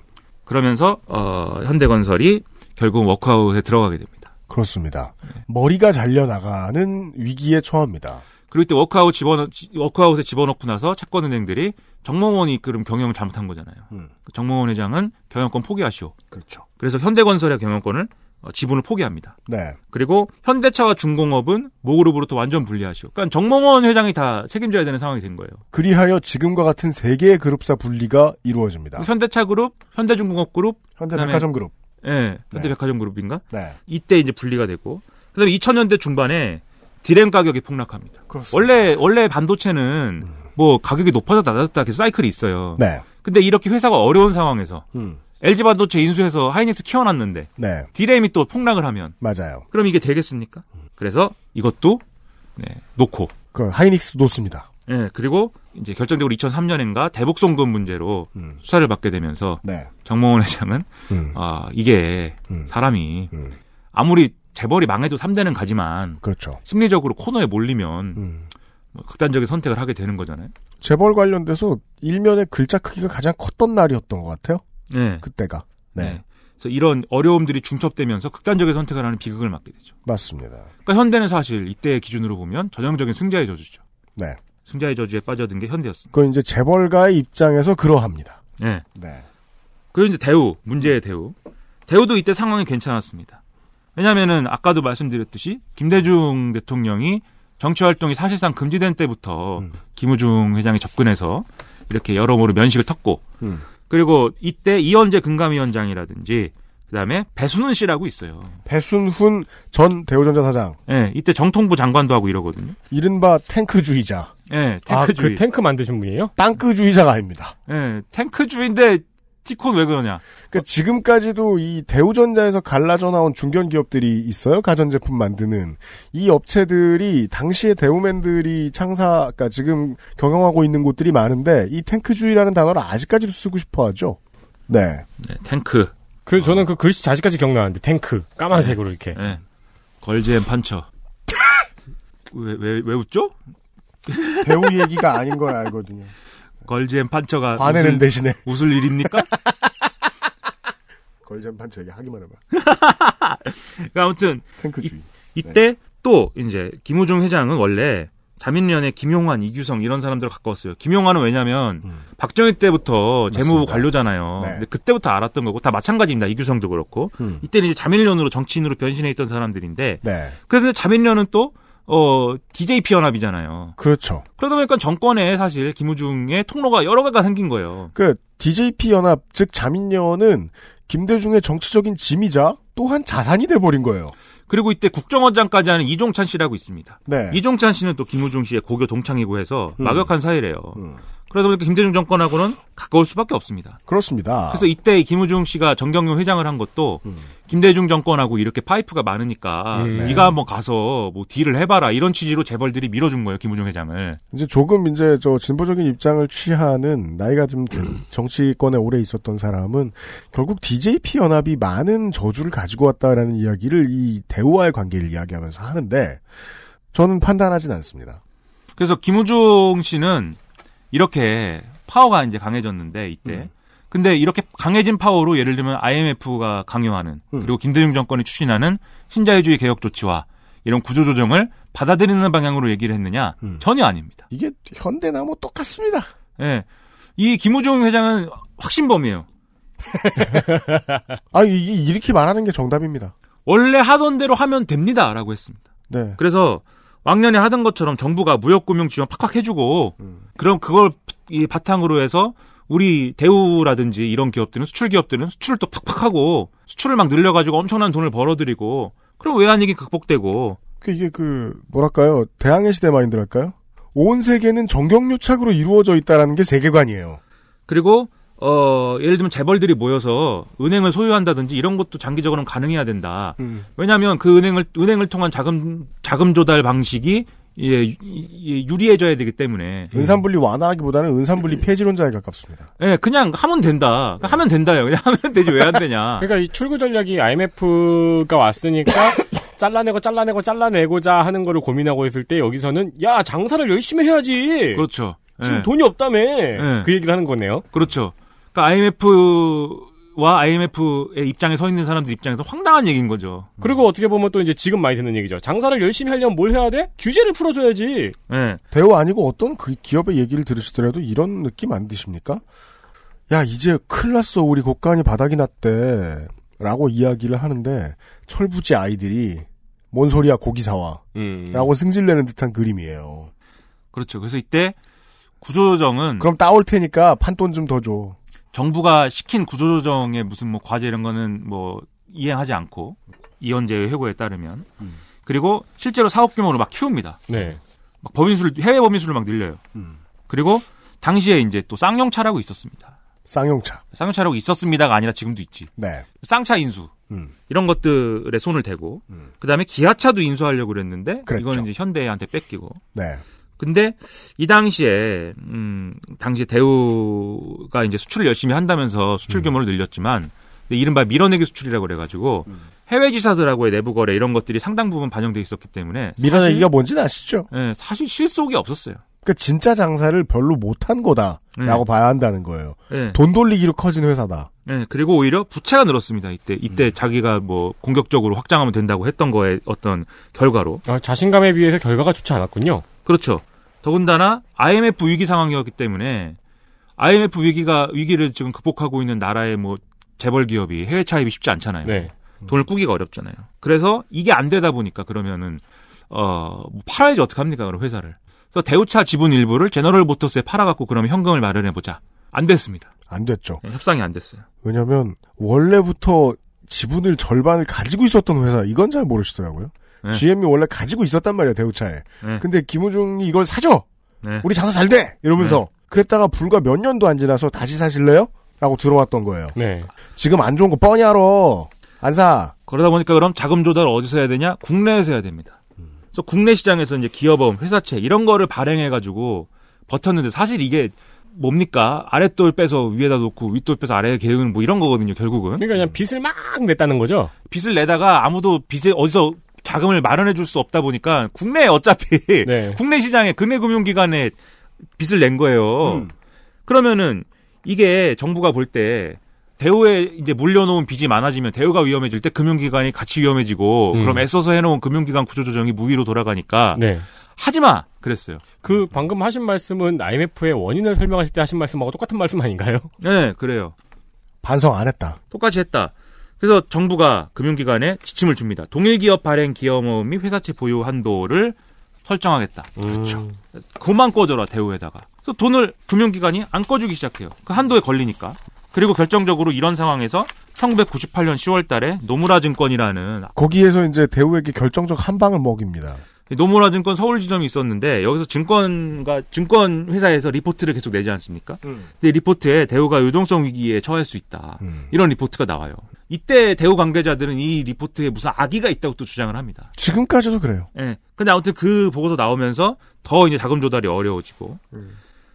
그러면서 어, 현대건설이 결국 워크아웃에 들어가게 됩니다.
그렇습니다. 머리가 잘려나가는 위기에 처합니다.
그리고 이때 워크아웃 집어넣 지- 워크아웃에 집어넣고 나서 채권은행들이 정몽원이 이끌음 경영을 잘못한 거잖아요.
음.
정몽원 회장은 경영권 포기하시오.
그렇죠.
그래서 현대건설의 경영권을 어, 지분을 포기합니다.
네.
그리고 현대차와 중공업은 모그룹으로부터 완전 분리하시오. 그러니까 정몽원 회장이 다 책임져야 되는 상황이 된 거예요.
그리하여 지금과 같은 세 개의 그룹사 분리가 이루어집니다.
현대차 그룹, 현대중공업 그룹,
현대백화점 그룹.
예, 현대백화점 그룹인가?
네.
이때 이제 분리가 되고 그다음에 2000년대 중반에 디램 가격이 폭락합니다.
그렇습니다.
원래 원래 반도체는 뭐 가격이 높아졌다 낮았다 계속 사이클이 있어요.
네.
근데 이렇게 회사가 어려운 상황에서
음.
LG 반도체 인수해서 하이닉스 키워놨는데
네.
디램이 또 폭락을 하면
맞아요.
그럼 이게 되겠습니까? 그래서 이것도 네, 놓고
그 하이닉스 놓습니다.
예, 그리고 이제 결정적으로 2003년인가 대북송금 문제로
음.
수사를 받게 되면서
네.
정몽원 회장은
음.
아 이게
음.
사람이
음.
아무리 재벌이 망해도 3대는 가지만
그렇죠.
심리적으로 코너에 몰리면
음.
뭐 극단적인 선택을 하게 되는 거잖아요.
재벌 관련돼서 일면의 글자 크기가 가장 컸던 날이었던 것 같아요.
네.
그때가. 네.
네. 그래서 이런 어려움들이 중첩되면서 극단적인 선택을 하는 비극을 맞게 되죠.
맞습니다.
그러니까 현대는 사실 이때 기준으로 보면 전형적인 승자의 저주죠.
네.
승자의 저주에 빠져든 게 현대였습니다.
그건 이제 재벌가의 입장에서 그러합니다.
네.
네.
그리고 이제 대우, 문제의 대우. 대우도 이때 상황이 괜찮았습니다. 왜냐면은 아까도 말씀드렸듯이 김대중 대통령이 정치 활동이 사실상 금지된 때부터
음.
김우중 회장이 접근해서 이렇게 여러모로 면식을 텄고
음.
그리고 이때 이현재 금감위원장이라든지 그다음에 배순훈 씨라고 있어요.
배순훈 전 대우전자 사장.
예, 이때 정통부 장관도 하고 이러거든요.
이른바 탱크주의자.
예,
아, 그
탱크주의.
탱크 만드신 분이에요?
땅크주의자가 아닙니다.
예, 탱크주의인데 티콘 왜 그러냐?
그러니까 지금까지도 이 대우전자에서 갈라져 나온 중견 기업들이 있어요. 가전제품 만드는 이 업체들이 당시에 대우맨들이 창사, 그러니까 지금 경영하고 있는 곳들이 많은데 이 탱크주의라는 단어를 아직까지도 쓰고 싶어하죠. 네,
네, 탱크.
그 저는 그 글씨 자식까지 기억나는데 탱크 까만색으로 이렇게.
예. 걸즈앤 판처. 왜, 왜, 왜 웃죠?
대우 얘기가 아닌 걸 알거든요.
걸즈앤 판처가
화내는
웃을,
대신에
웃을 일입니까?
걸잼 판처 얘기 하기만 해봐.
그러니까 아무튼
탱크주의.
이때
네.
또 이제 김우중 회장은 원래 자민련의 김용환, 이규성 이런 사람들 가까웠어요. 김용환은 왜냐면
음.
박정희 때부터 재무부
맞습니다.
관료잖아요.
네.
근데 그때부터 알았던 거고 다 마찬가지입니다. 이규성도 그렇고
음.
이때는 이제 자민련으로 정치인으로 변신해 있던 사람들인데
네,
그래서 자민련은 또 어, DJP 연합이잖아요.
그렇죠.
그러다 보니까 정권에 사실 김우중의 통로가 여러 개가 생긴 거예요.
그 DJP 연합 즉 자민련은 김대중의 정치적인 짐이자 또한 자산이 돼버린 거예요.
그리고 이때 국정원장까지 하는 이종찬 씨라고 있습니다.
네.
이종찬 씨는 또 김우중 씨의 고교 동창이고 해서
음.
막역한 사이래요.
음.
그러다 보니까 김대중 정권하고는 가까울 수밖에 없습니다.
그렇습니다.
그래서 이때 김우중 씨가 정경용 회장을 한 것도
아. 음.
김대중 정권하고 이렇게 파이프가 많으니까
음.
네가 한번 가서 뭐 딜을 해봐라 이런 취지로 재벌들이 밀어준 거예요 김우중 회장을.
이제 조금 이제 저 진보적인 입장을 취하는 나이가 좀 든 정치권에 오래 있었던 사람은 결국 DJP 연합이 많은 저주를 가지고 왔다라는 이야기를 이 대우와의 관계를 이야기하면서 하는데 저는 판단하진 않습니다.
그래서 김우중 씨는 이렇게 파워가 이제 강해졌는데 이때.
음.
근데 이렇게 강해진 파워로 예를 들면 IMF가 강요하는
음.
그리고 김대중 정권이 추진하는 신자유주의 개혁 조치와 이런 구조조정을 받아들이는 방향으로 얘기를 했느냐?
음.
전혀 아닙니다.
이게 현대나 뭐 똑같습니다.
예. 이 김우중 회장은 확신범이에요.
아, 이, 이- 이렇게 말하는 게 정답입니다.
원래 하던 대로 하면 됩니다라고 했습니다.
네.
그래서 왕년에 하던 것처럼 정부가 무역금융 지원 팍팍 해주고 그럼 그걸 이 바탕으로 해서 우리 대우라든지 이런 기업들은 수출 기업들은 수출을 또 팍팍 하고 수출을 막 늘려가지고 엄청난 돈을 벌어들이고 그럼 외환위기 극복되고
그 이게 그 뭐랄까요? 대항해 시대 마인드랄까요? 온 세계는 정경유착으로 이루어져 있다라는 게 세계관이에요.
그리고 어 예를 들면 재벌들이 모여서 은행을 소유한다든지 이런 것도 장기적으로는 가능해야 된다. 왜냐하면 그 은행을 은행을 통한 자금 자금 조달 방식이 예, 유- 예, 유리해져야 되기 때문에
은산분리 완화하기보다는 은산분리 폐지론자에 가깝습니다.
예, 그냥 하면 된다. 그러니까 하면 된다요. 그냥 하면 되지 왜 안 되냐.
그러니까 이 출구 전략이 IMF가 왔으니까 잘라내고 잘라내고 잘라내고자 하는 거를 고민하고 있을 때 여기서는 야 장사를 열심히 해야지.
그렇죠.
지금
예,
돈이 없다며
예.
그 얘기를 하는 거네요.
그렇죠. 그러니까 IMF와 IMF의 입장에 서 있는 사람들 입장에서 황당한 얘기인 거죠.
그리고 어떻게 보면 또 이제 지금 많이 듣는 얘기죠. 장사를 열심히 하려면 뭘 해야 돼? 규제를 풀어줘야지.
예.
대우 아니고 어떤 그 기업의 얘기를 들으시더라도 이런 느낌 안 드십니까? 야, 이제 큰일 났어. 우리 고간이 바닥이 났대. 라고 이야기를 하는데 철부지 아이들이 뭔 소리야 고기 사와
음.
라고 승질내는 듯한 그림이에요.
그렇죠. 그래서 이때 구조조정은
그럼 따올 테니까 판돈 좀 더 줘.
정부가 시킨 구조조정의 무슨 뭐 과제 이런 거는 뭐 이행하지 않고 이원제의 회고에 따르면
음.
그리고 실제로 사업 규모로 막 키웁니다.
네.
막 범인수를 해외 범인수를 막 늘려요.
음.
그리고 당시에 이제 또 쌍용차라고 있었습니다.
쌍용차.
쌍용차라고 있었습니다가 아니라 지금도 있지.
네.
쌍차 인수
음.
이런 것들에 손을 대고 그다음에 기아차도 인수하려고 그랬는데
그랬죠.
이거는 이제 현대한테 뺏기고
네.
근데 이 당시에 음 당시 대우가 이제 수출을 열심히 한다면서 수출
음.
규모를 늘렸지만 근데 이른바 밀어내기 수출이라고 그래가지고
음.
해외 지사들하고의 내부 거래 이런 것들이 상당 부분 반영돼 있었기 때문에
밀어내기가 뭔지는 아시죠?
사실, 예, 사실 실속이 없었어요.
그러니까 진짜 장사를 별로 못한 거다라고
음.
봐야 한다는 거예요.
예,
돈 돌리기로 커진 회사다.
예, 그리고 오히려 부채가 늘었습니다. 이때
음.
이때 자기가 뭐 공격적으로 확장하면 된다고 했던 거에 어떤 결과로
아, 자신감에 비해서 결과가 좋지 않았군요.
그렇죠. 더군다나 IMF 위기 상황이었기 때문에 IMF 위기가 위기를 지금 극복하고 있는 나라의 뭐 재벌 기업이 해외 차입이 쉽지 않잖아요.
네.
돈을 꾸기가 어렵잖아요. 그래서 이게 안 되다 보니까 그러면은 어뭐 팔아야지 어떡 합니까? 그럼 회사를. 그래서 대우차 지분 일부를 제너럴 모터스에 팔아갖고 그러면 현금을 마련해 보자. 안 됐습니다.
안 됐죠.
네, 협상이 안 됐어요.
왜냐면 원래부터 지분을 절반을 가지고 있었던 회사 이건 잘 모르시더라고요.
네.
GM이 원래 가지고 있었단 말이에요 대우차에.
네.
근데 김우중이 이걸 사줘.
네.
우리 장사 잘 돼. 이러면서 그랬다가 불과 몇 년도 안 지나서 다시 사실래요? 라고 들어왔던 거예요.
네.
지금 안 좋은 거 뻔히 알아. 안 사.
그러다 보니까 그럼 자금 조달을 어디서 해야 되냐? 국내에서 해야 됩니다. 그래서 국내 시장에서 이제 기업음, 회사채 이런 거를 발행해가지고 버텼는데 사실 이게 뭡니까? 아랫돌 빼서 위에다 놓고 윗돌 빼서 아래에 개은 뭐 이런 거거든요, 결국은.
그러니까 그냥 빚을 막 냈다는 거죠.
빚을 내다가 아무도 빚에 어디서 자금을 마련해 줄 수 없다 보니까 국내에 어차피
네.
국내 시장에 금융금융기관에 빚을 낸 거예요.
음.
그러면은 이게 정부가 볼 때 대우에 이제 물려놓은 빚이 많아지면 대우가 위험해질 때 금융기관이 같이 위험해지고
음.
그럼 애써서 해놓은 금융기관 구조조정이 무위로 돌아가니까
네.
하지마 그랬어요.
그 방금 하신 말씀은 IMF의 원인을 설명하실 때 하신 말씀하고 똑같은 말씀 아닌가요?
네 그래요.
반성 안 했다.
똑같이 했다. 그래서 정부가 금융기관에 지침을 줍니다. 동일 기업 발행 기여모음 및 회사채 보유 한도를 설정하겠다.
그렇죠.
그만 꿔줘라 대우에다가. 그래서 돈을 금융기관이 안 꿔주기 시작해요. 그 한도에 걸리니까. 그리고 결정적으로 이런 상황에서 1998년 10월달에 노무라 증권이라는
거기에서 이제 대우에게 결정적 한 방을 먹입니다.
노무라 증권 서울 지점이 있었는데 여기서 증권가 증권 회사에서 리포트를 계속 내지 않습니까? 근데 리포트에 대우가 유동성 위기에 처할 수 있다
음.
이런 리포트가 나와요. 이때 대우 관계자들은 이 리포트에 무슨 악의가 있다고 또 주장을 합니다.
지금까지도 그래요.
예. 근데 아무튼 그 보고서 나오면서 더 이제 자금 조달이 어려워지고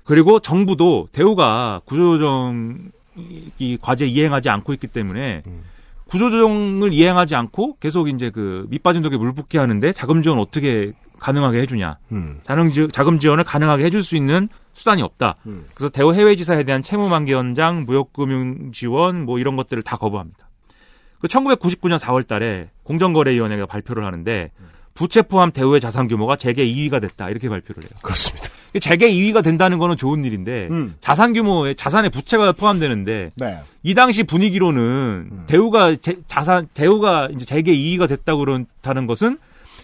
그리고 정부도 대우가 구조조정 이 과제 이행하지 않고 있기 때문에 구조조정을 이행하지 않고 계속 이제 그 밑빠진 독에 물 붓게 하는데 자금 지원 어떻게 가능하게 해주냐
음.
자능 지- 자금 지원을 가능하게 해줄 수 있는 수단이 없다. 그래서 대우 해외지사에 대한 채무 만기 연장, 무역금융 지원 뭐 이런 것들을 다 거부합니다. 그 1999년 4월 달에 공정거래위원회가 발표를 하는데 부채 포함 대우의 자산 규모가 재계 2위가 됐다. 이렇게 발표를 해요.
그렇습니다.
이 재계 2위가 된다는 거는 좋은 일인데
음.
자산 규모에 자산에 부채가 포함되는데
네.
이 당시 분위기로는
음.
대우가 제, 자산 대우가 이제 재계 2위가 됐다고 그렇다는 것은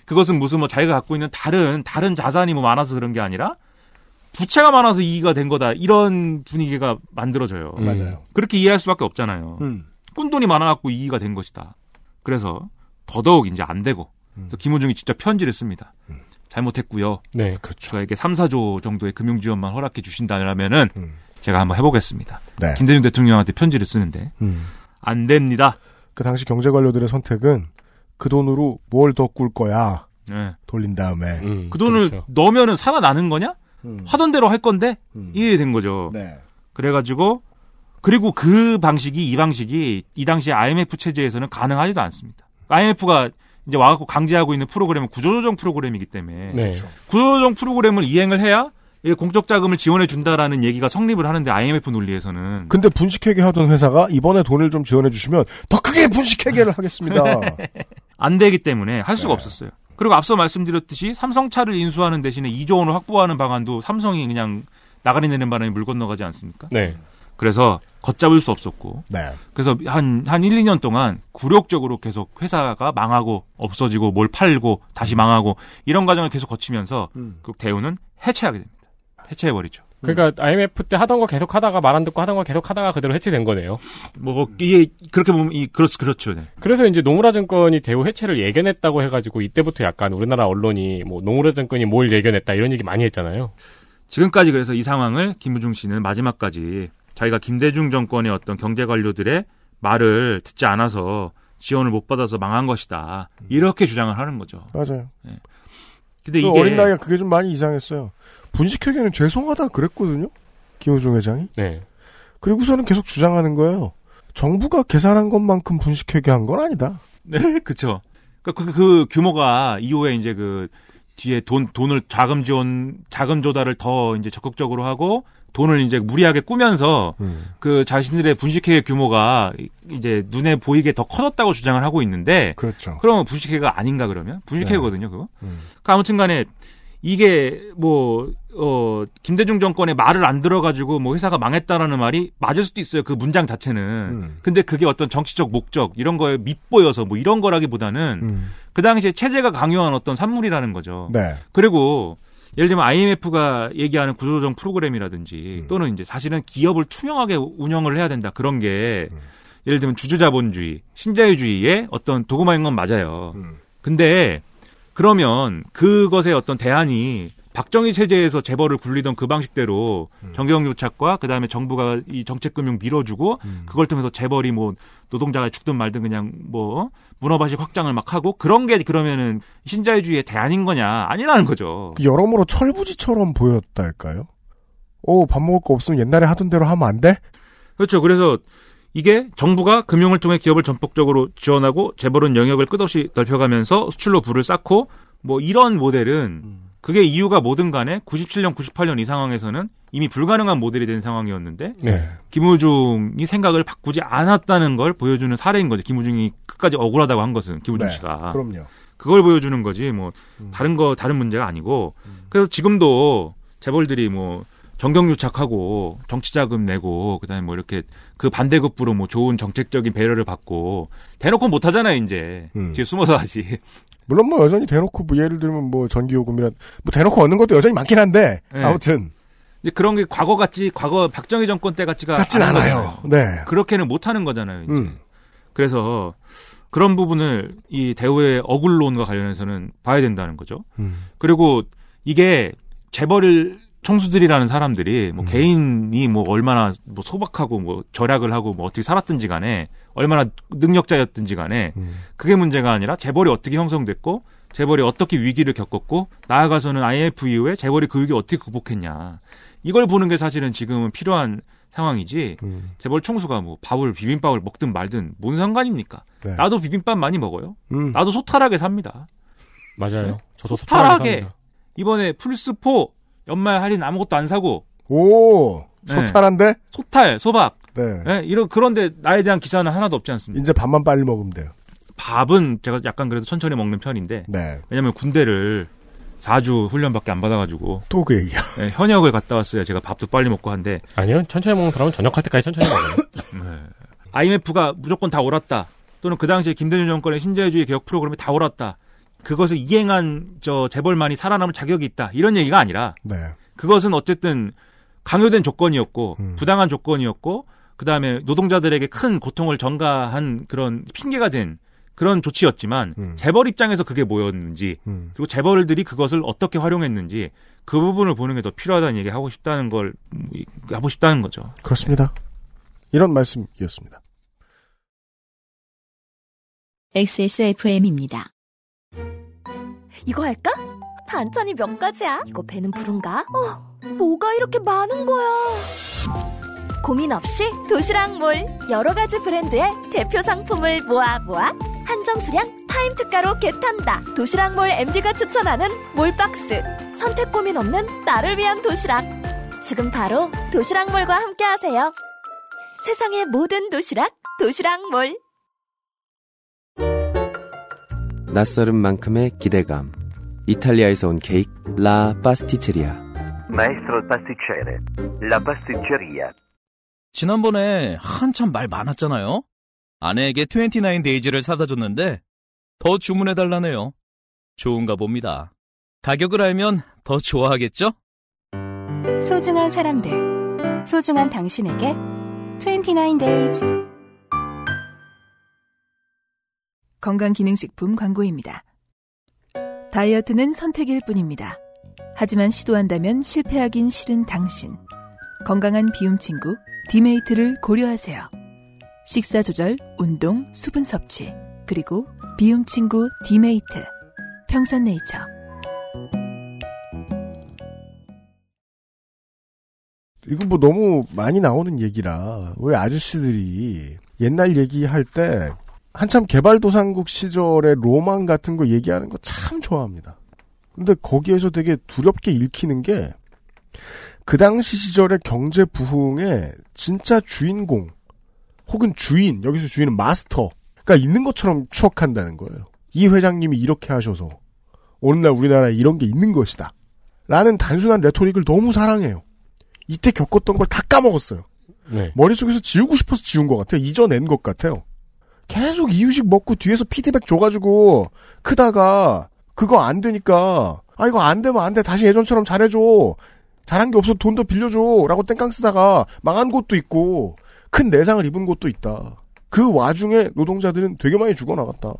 그것은 무슨 뭐 자기가 갖고 있는 다른 다른 자산이 뭐 많아서 그런 게 아니라 부채가 많아서 2위가 된 거다 이런 분위기가 만들어져요.
맞아요.
그렇게 이해할 수밖에 없잖아요.
음.
꾼돈이 많아갖고 2위가 된 것이다. 그래서 더더욱 이제 안 되고
음.
그래서 김호중이 진짜 편지를 씁니다. 잘못했고요.
네.
저에게 3, 4조 정도의 금융 지원만 허락해 주신다면은
음.
제가 한번 해보겠습니다.
네.
김대중 대통령한테 편지를 쓰는데
음.
안 됩니다.
그 당시 경제관료들의 선택은 그 돈으로 뭘 더 꿀 거야.
예.
돌린 다음에.
음,
그 돈을
그렇죠.
넣으면은 살아나는 거냐?
음.
하던 대로 할 건데
음.
이게 된 거죠.
네.
그래가지고 그리고 그 방식이 이 방식이 이 당시 IMF 체제에서는 가능하지도 않습니다. IMF가 이제 와갖고 강제하고 있는 프로그램은 구조조정 프로그램이기 때문에
네.
구조조정 프로그램을 이행을 해야 이 공적 자금을 지원해 준다라는 얘기가 성립을 하는데 IMF 논리에서는
근데 분식회계 하던 회사가 이번에 돈을 좀 지원해 주시면 더 크게 분식회계를 하겠습니다.
안 되기 때문에 할 수가 없었어요. 그리고 앞서 말씀드렸듯이 삼성차를 인수하는 대신에 2조 원을 확보하는 방안도 삼성이 그냥 나가리 내는 바람에 물 건너가지 않습니까?
네.
그래서 걷잡을 수 없었고
네.
그래서 한, 한 1, 2년 동안 굴욕적으로 계속 회사가 망하고 없어지고 뭘 팔고 다시 망하고 이런 과정을 계속 거치면서 그 대우는 해체하게 됩니다. 해체해버리죠.
그러니까 IMF 때 하던 거 계속 하다가 말 안 듣고 하던 거 계속 하다가 그대로 해체된 거네요.
뭐, 이게, 그렇게 보면, 이, 그렇, 그렇죠. 네.
그래서 이제 노무라 증권이 대우 해체를 예견했다고 해가지고 이때부터 약간 우리나라 언론이 뭐 노무라 증권이 뭘 예견했다 이런 얘기 많이 했잖아요.
지금까지 그래서 이 상황을 김무중 씨는 마지막까지 자기가 김대중 정권의 어떤 경제 관료들의 말을 듣지 않아서 지원을 못 받아서 망한 것이다. 이렇게 주장을 하는 거죠.
맞아요.
근데
그
이게
어린 나이에 그게 좀 많이 이상했어요. 분식회계는 죄송하다 그랬거든요. 김호중 회장이.
네.
그리고서는 계속 주장하는 거예요. 정부가 계산한 것만큼 분식회계한 건 아니다.
네, 그쵸. 그, 그, 그 규모가 이후에 이제 그 뒤에 돈, 돈을 자금 지원, 자금 조달을 더 이제 적극적으로 하고 돈을 이제 무리하게 꾸면서
음.
그 자신들의 분식회계 규모가 이제 눈에 보이게 더 커졌다고 주장을 하고 있는데
그렇죠.
그러면 분식회가 아닌가 그러면 분식회거든요 그거.
음.
그 아무튼간에 이게 뭐, 뭐어 김대중 정권의 말을 안 들어가지고 뭐 회사가 망했다라는 말이 맞을 수도 있어요 그 문장 자체는.
음.
근데 그게 어떤 정치적 목적 이런 거에 밑보여서 뭐 이런 거라기보다는
음.
그 당시에 체제가 강요한 어떤 산물이라는 거죠.
네.
그리고 예를 들면 IMF가 얘기하는 구조조정 프로그램이라든지 또는 이제 사실은 기업을 투명하게 운영을 해야 된다 그런 게 예를 들면 주주자본주의, 신자유주의의 어떤 도구마인 건 맞아요.
음.
근데 그러면 그것의 어떤 대안이 박정희 체제에서 재벌을 굴리던 그 방식대로 정경 유착과 그다음에 정부가 이 정책 금융 밀어주고 그걸 통해서 재벌이 뭐 노동자가 죽든 말든 그냥 뭐 문어바식 확장을 막 하고 그런 게 그러면은 신자유주의의 대안인 거냐 아니라는 거죠.
그 여러모로 철부지처럼 보였달까요? 오, 밥 먹을 거 없으면 옛날에 하던 대로 하면 안 돼?
그렇죠. 그래서 이게 정부가 금융을 통해 기업을 전폭적으로 지원하고 재벌은 영역을 끝없이 넓혀가면서 수출로 부를 쌓고 뭐 이런 모델은 그게 이유가 뭐든 간에 97년, 98년 이 상황에서는 이미 불가능한 모델이 된 상황이었는데
네.
김우중이 생각을 바꾸지 않았다는 걸 보여주는 사례인 거죠. 김우중이 끝까지 억울하다고 한 것은 김우중
네,
씨가
그럼요.
그걸 보여주는 거지 뭐
음.
다른 거 다른 문제가 아니고 그래서 지금도 재벌들이 뭐 정경유착하고 정치자금 내고 그다음에 뭐 이렇게 그 반대급부로 뭐 좋은 정책적인 배려를 받고 대놓고 못 하잖아요 이제
음.
뒤에 숨어서 하지
물론 뭐 여전히 대놓고 뭐 예를 들면 뭐 전기요금이란 뭐 대놓고 얻는 것도 여전히 많긴 한데
네.
아무튼
이제 그런 게 과거 같지 과거 박정희 정권 때 같지가
같진
않은
않아요.
거잖아요.
네.
그렇게는 못 하는 거잖아요 이제.
음.
그래서 그런 부분을 이 대우의 억울론과 관련해서는 봐야 된다는 거죠.
음.
그리고 이게 재벌을 총수들이라는 사람들이
음.
뭐 개인이 뭐 얼마나 뭐 소박하고 뭐 절약을 하고 뭐 어떻게 살았든지 간에 얼마나 능력자였든지 간에
음.
그게 문제가 아니라 재벌이 어떻게 형성됐고 재벌이 어떻게 위기를 겪었고 나아가서는 IMF 이후에 재벌이 그 위기 어떻게 극복했냐 이걸 보는 게 사실은 지금은 필요한 상황이지
음.
재벌 총수가 뭐 밥을 비빔밥을 먹든 말든 뭔 상관입니까?
네.
나도 비빔밥 많이 먹어요.
음.
나도 소탈하게 삽니다.
맞아요.
네.
저도
소탈하게.
소탈하게.
이번에 플스4 연말 할인 아무것도 안 사고
오,
네.
소탈한데?
소탈, 소박
네.
예, 이런 그런데 나에 대한 기사는 하나도 없지 않습니다.
이제 밥만 빨리 먹으면 돼요.
밥은 제가 약간 그래도 천천히 먹는 편인데
네.
왜냐면 군대를 4주 훈련밖에 안 받아가지고
또 그 얘기야.
예, 현역을 갔다 왔어요. 제가 밥도 빨리 먹고 한데
아니요. 천천히 먹는 사람은 저녁할 때까지 천천히 먹어요.
IMF가 무조건 다 옳았다. 또는 그 당시에 김대중 정권의 신자유주의 개혁 프로그램이 다 옳았다. 그것을 이행한 저 재벌만이 살아남을 자격이 있다. 이런 얘기가 아니라
네.
그것은 어쨌든 강요된 조건이었고
음.
부당한 조건이었고 그다음에 노동자들에게 큰 고통을 전가한 그런 핑계가 된 그런 조치였지만
음.
재벌 입장에서 그게 뭐였는지
음.
그리고 재벌들이 그것을 어떻게 활용했는지 그 부분을 보는 게 더 필요하다는 얘기 하고 싶다는 걸 음, 이- 하고 싶다는 거죠.
그렇습니다. 이런 말씀이었습니다.
XSFM입니다.
이거 할까? 반찬이 몇 가지야? 이거 배는 부른가? 어, 뭐가 이렇게 많은 거야? 고민 없이 도시락몰 여러 가지 브랜드의 대표 상품을 모아 모아 한정 수량 타임 특가로 개탄다. 도시락몰 MD가 추천하는 몰박스 선택 고민 없는 나를 위한 도시락. 지금 바로 도시락몰과 함께하세요. 세상의 모든 도시락 도시락몰.
낯설은 만큼의 기대감. 이탈리아에서 온 케이크 라 파스티체리아.
Maestro pasticcere, la pasticceria. 지난번에 한참 말 많았잖아요. 아내에게 29 데이즈를 사다 줬는데 더 주문해 달라네요. 좋은가 봅니다. 가격을 알면 더 좋아하겠죠?
소중한 사람들, 소중한 당신에게 29 days.
건강기능식품 광고입니다. 다이어트는 선택일 뿐입니다. 하지만 시도한다면 실패하긴 싫은 당신. 건강한 비움 친구, 디메이트를 고려하세요. 식사 조절, 운동, 수분 섭취, 그리고 비움 친구 디메이트. 평산네이처.
이거 뭐 너무 많이 나오는 얘기라 우리 아저씨들이 옛날 얘기할 때 한참 개발도상국 시절의 로망 같은 거 얘기하는 거 참 좋아합니다. 근데 거기에서 되게 두렵게 읽히는 게 그 당시 시절의 경제 부흥의 진짜 주인공 혹은 주인 여기서 주인은 마스터가 있는 것처럼 추억한다는 거예요. 이 회장님이 이렇게 하셔서 오늘날 우리나라에 이런 게 있는 것이다. 라는 단순한 레토릭을 너무 사랑해요. 이때 겪었던 걸 다 까먹었어요.
네.
머릿속에서 지우고 싶어서 지운 것 같아요. 잊어낸 것 같아요. 계속 이유식 먹고 뒤에서 피드백 줘가지고 크다가 그거 안 되니까 아 이거 안 되면 안 돼 다시 예전처럼 잘해줘 잘한 게 없어 돈도 빌려줘라고 땡깡 쓰다가 망한 곳도 있고 큰 내상을 입은 곳도 있다. 그 와중에 노동자들은 되게 많이 죽어나갔다.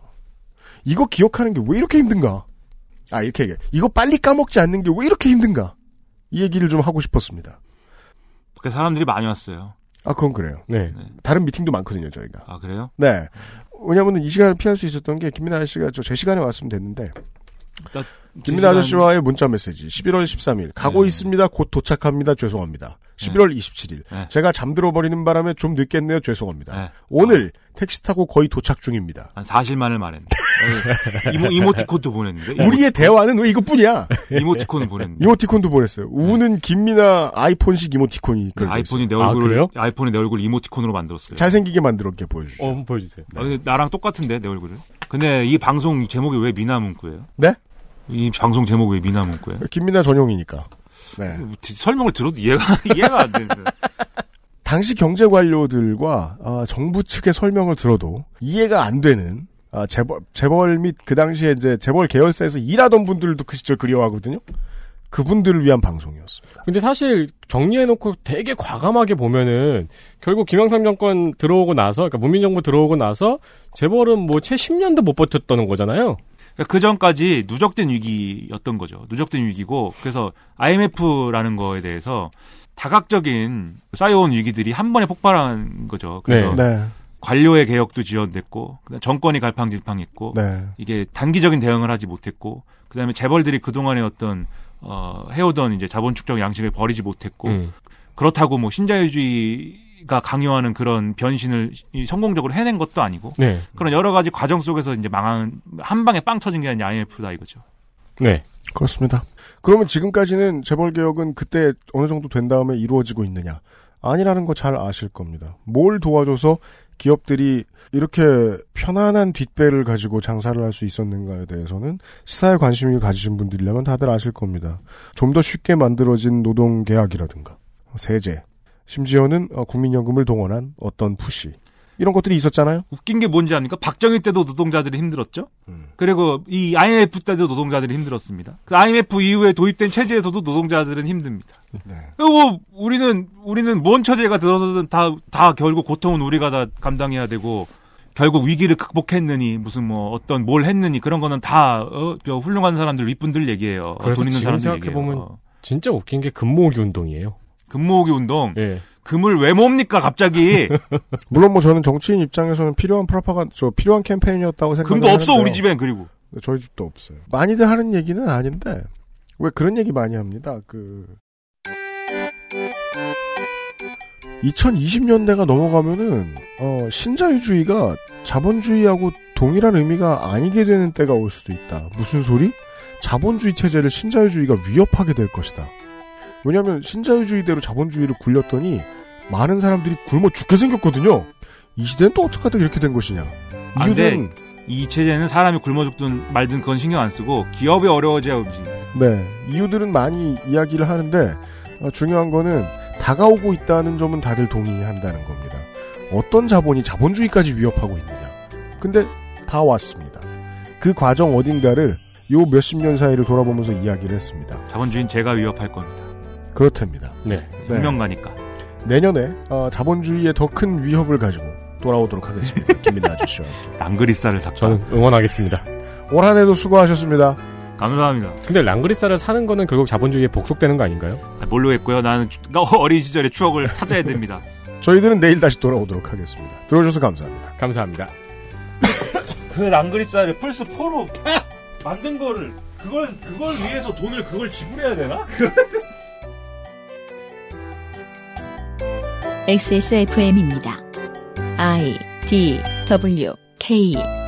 이거 기억하는 게 왜 이렇게 힘든가? 아 이렇게 얘기해. 이거 빨리 까먹지 않는 게 왜 이렇게 힘든가? 이 얘기를 좀 하고 싶었습니다.
그 사람들이 많이 왔어요.
아 그건 그래요.
네.
다른 미팅도 많거든요 저희가.
아 그래요?
네. 왜냐하면 이 시간을 피할 수 있었던 게 김민아 씨가 저 제 시간에 왔으면 됐는데 김민아 아저씨와의 문자 메시지 11월 13일 가고
네.
있습니다 곧 도착합니다 죄송합니다 11월 27일
네.
제가 잠들어 버리는 바람에 좀 늦겠네요 죄송합니다
네.
오늘 택시 타고 거의 도착 중입니다
한 사실만을 말했네. 이모 이모티콘도 보냈는데 이모-
우리의 대화는 왜 이것뿐이야
네. 이모티콘을 보냈는데
이모티콘도 보냈어요 우는 김민아 아이폰식 이모티콘이 그려져
네. 아이폰이
있어요.
내
아,
얼굴을
그래요?
아, 이폰이내 얼굴 이모티콘으로 만들었어요.
잘생기게 만들어 이렇게 보여주죠
어, 한번 보여주세요.
아, 근데 나랑 똑같은데 내 얼굴을. 근데 이 방송 제목이 왜 미나 문구예요?
네?
이 방송 제목이 왜 미나 문구예요?
김민아 전용이니까 네.
설명을 들어도 이해가 이해가 안 되는데.
당시 경제 관료들과 아, 정부 측의 설명을 들어도 이해가 안 되는 아, 재벌, 재벌 및 그 당시에 이제 재벌 계열사에서 일하던 분들도 그 시절 그리워하거든요. 그분들을 위한 방송이었습니다.
근데 사실 정리해놓고 되게 과감하게 보면은 결국 김영삼 정권 들어오고 나서, 그러니까 문민정부 들어오고 나서 재벌은 뭐 채 10년도 못 버텼다는 거잖아요.
그 전까지 누적된 위기였던 거죠. 누적된 위기고 그래서 IMF라는 거에 대해서 다각적인 쌓여온 위기들이 한 번에 폭발한 거죠. 그래서
네.
네,
관료의 개혁도 지연됐고 그다음 정권이 갈팡질팡했고
네.
이게 단기적인 대응을 하지 못했고 그다음에 재벌들이 그동안의 어떤 어 해오던 이제 자본 축적 양식을 버리지 못했고
음.
그렇다고 뭐 신자유주의가 강요하는 그런 변신을 이- 성공적으로 해낸 것도 아니고
네.
그런 여러 가지 과정 속에서 이제 망한 한 방에 빵 터진 게 아니라 IMF다 이거죠.
네.
그렇습니다. 그러면 지금까지는 재벌 개혁은 그때 어느 정도 된 다음에 이루어지고 있느냐? 아니라는 거 잘 아실 겁니다. 뭘 도와줘서 기업들이 이렇게 편안한 뒷배를 가지고 장사를 할 수 있었는가에 대해서는 시사에 관심을 가지신 분들이라면 다들 아실 겁니다. 좀 더 쉽게 만들어진 노동 계약이라든가 세제, 심지어는 어, 국민연금을 동원한 어떤 푸시 이런 것들이 있었잖아요.
웃긴 게 뭔지 아닙니까? 박정희 때도 노동자들이 힘들었죠. 그리고 이 IMF 때도 노동자들이 힘들었습니다. 그 IMF 이후에 도입된 체제에서도 노동자들은 힘듭니다. 그리고 뭐, 우리는 우리는 뭔 체제가 들어서든 다 다 결국 고통은 우리가 다 감당해야 되고 결국 위기를 극복했느니 무슨 뭐 어떤 뭘 했느니 그런 거는 다 어, 저 훌륭한 사람들 윗분들 얘기예요. 어,
그래서
돈 있는
지금
사람들 얘기예요.
생각해보면
어.
진짜 웃긴 게 금모으기 운동이에요.
금모으기 운동
예.
금을 왜 몹니까 갑자기
물론 뭐 저는 정치인 입장에서는 필요한 프라파가 저 필요한 캠페인이었다고 생각합니다.
네,
금도 없어 우리 집엔 그리고
저희 집도 없어요. 많이들 하는 얘기는 아닌데 왜 그런 얘기 많이 합니다. 그 2020년대가 넘어가면은 어, 신자유주의가 자본주의하고 동일한 의미가 아니게 되는 때가 올 수도 있다. 무슨 소리? 자본주의 체제를 신자유주의가 위협하게 될 것이다. 왜냐하면 신자유주의대로 자본주의를 굴렸더니 많은 사람들이 굶어 죽게 생겼거든요. 이 시대는 또 어떻게 하다가 이렇게 된 것이냐?
안 돼.
이유는
이 체제는 사람이 굶어 죽든 말든 그건 신경 안 쓰고 기업이 어려워져야 움직여.
네, 이유들은 많이 이야기를 하는데 어, 중요한 거는 다가오고 있다는 점은 다들 동의한다는 겁니다. 어떤 자본이 자본주의까지 위협하고 있느냐. 근데 다 왔습니다. 그 과정 어딘가를 요 몇십 년 사이를 돌아보면서 이야기를 했습니다.
자본주의는 제가 위협할 겁니다.
그렇답니다.
네.
네.
분명 가니까.
내년에 어, 자본주의에 더 큰 위협을 가지고 돌아오도록 하겠습니다. 김민아 아저씨와.
랑그리사를 샀다.
저는 응원하겠습니다.
올 한 해도 수고하셨습니다.
감사합니다.
근데 랑그리사를 사는 거는 결국 자본주의에 복속되는 거 아닌가요?
아, 모르겠고요. 나는 주- 어린 시절의 추억을 찾아야 됩니다.
저희들은 내일 다시 돌아오도록 하겠습니다. 들어주셔서 감사합니다.
감사합니다.
그 랑그리사를 플스 4로 만든 거를 그걸 그걸 위해서 돈을 그걸 지불해야 되나?
XSFM입니다. I D W K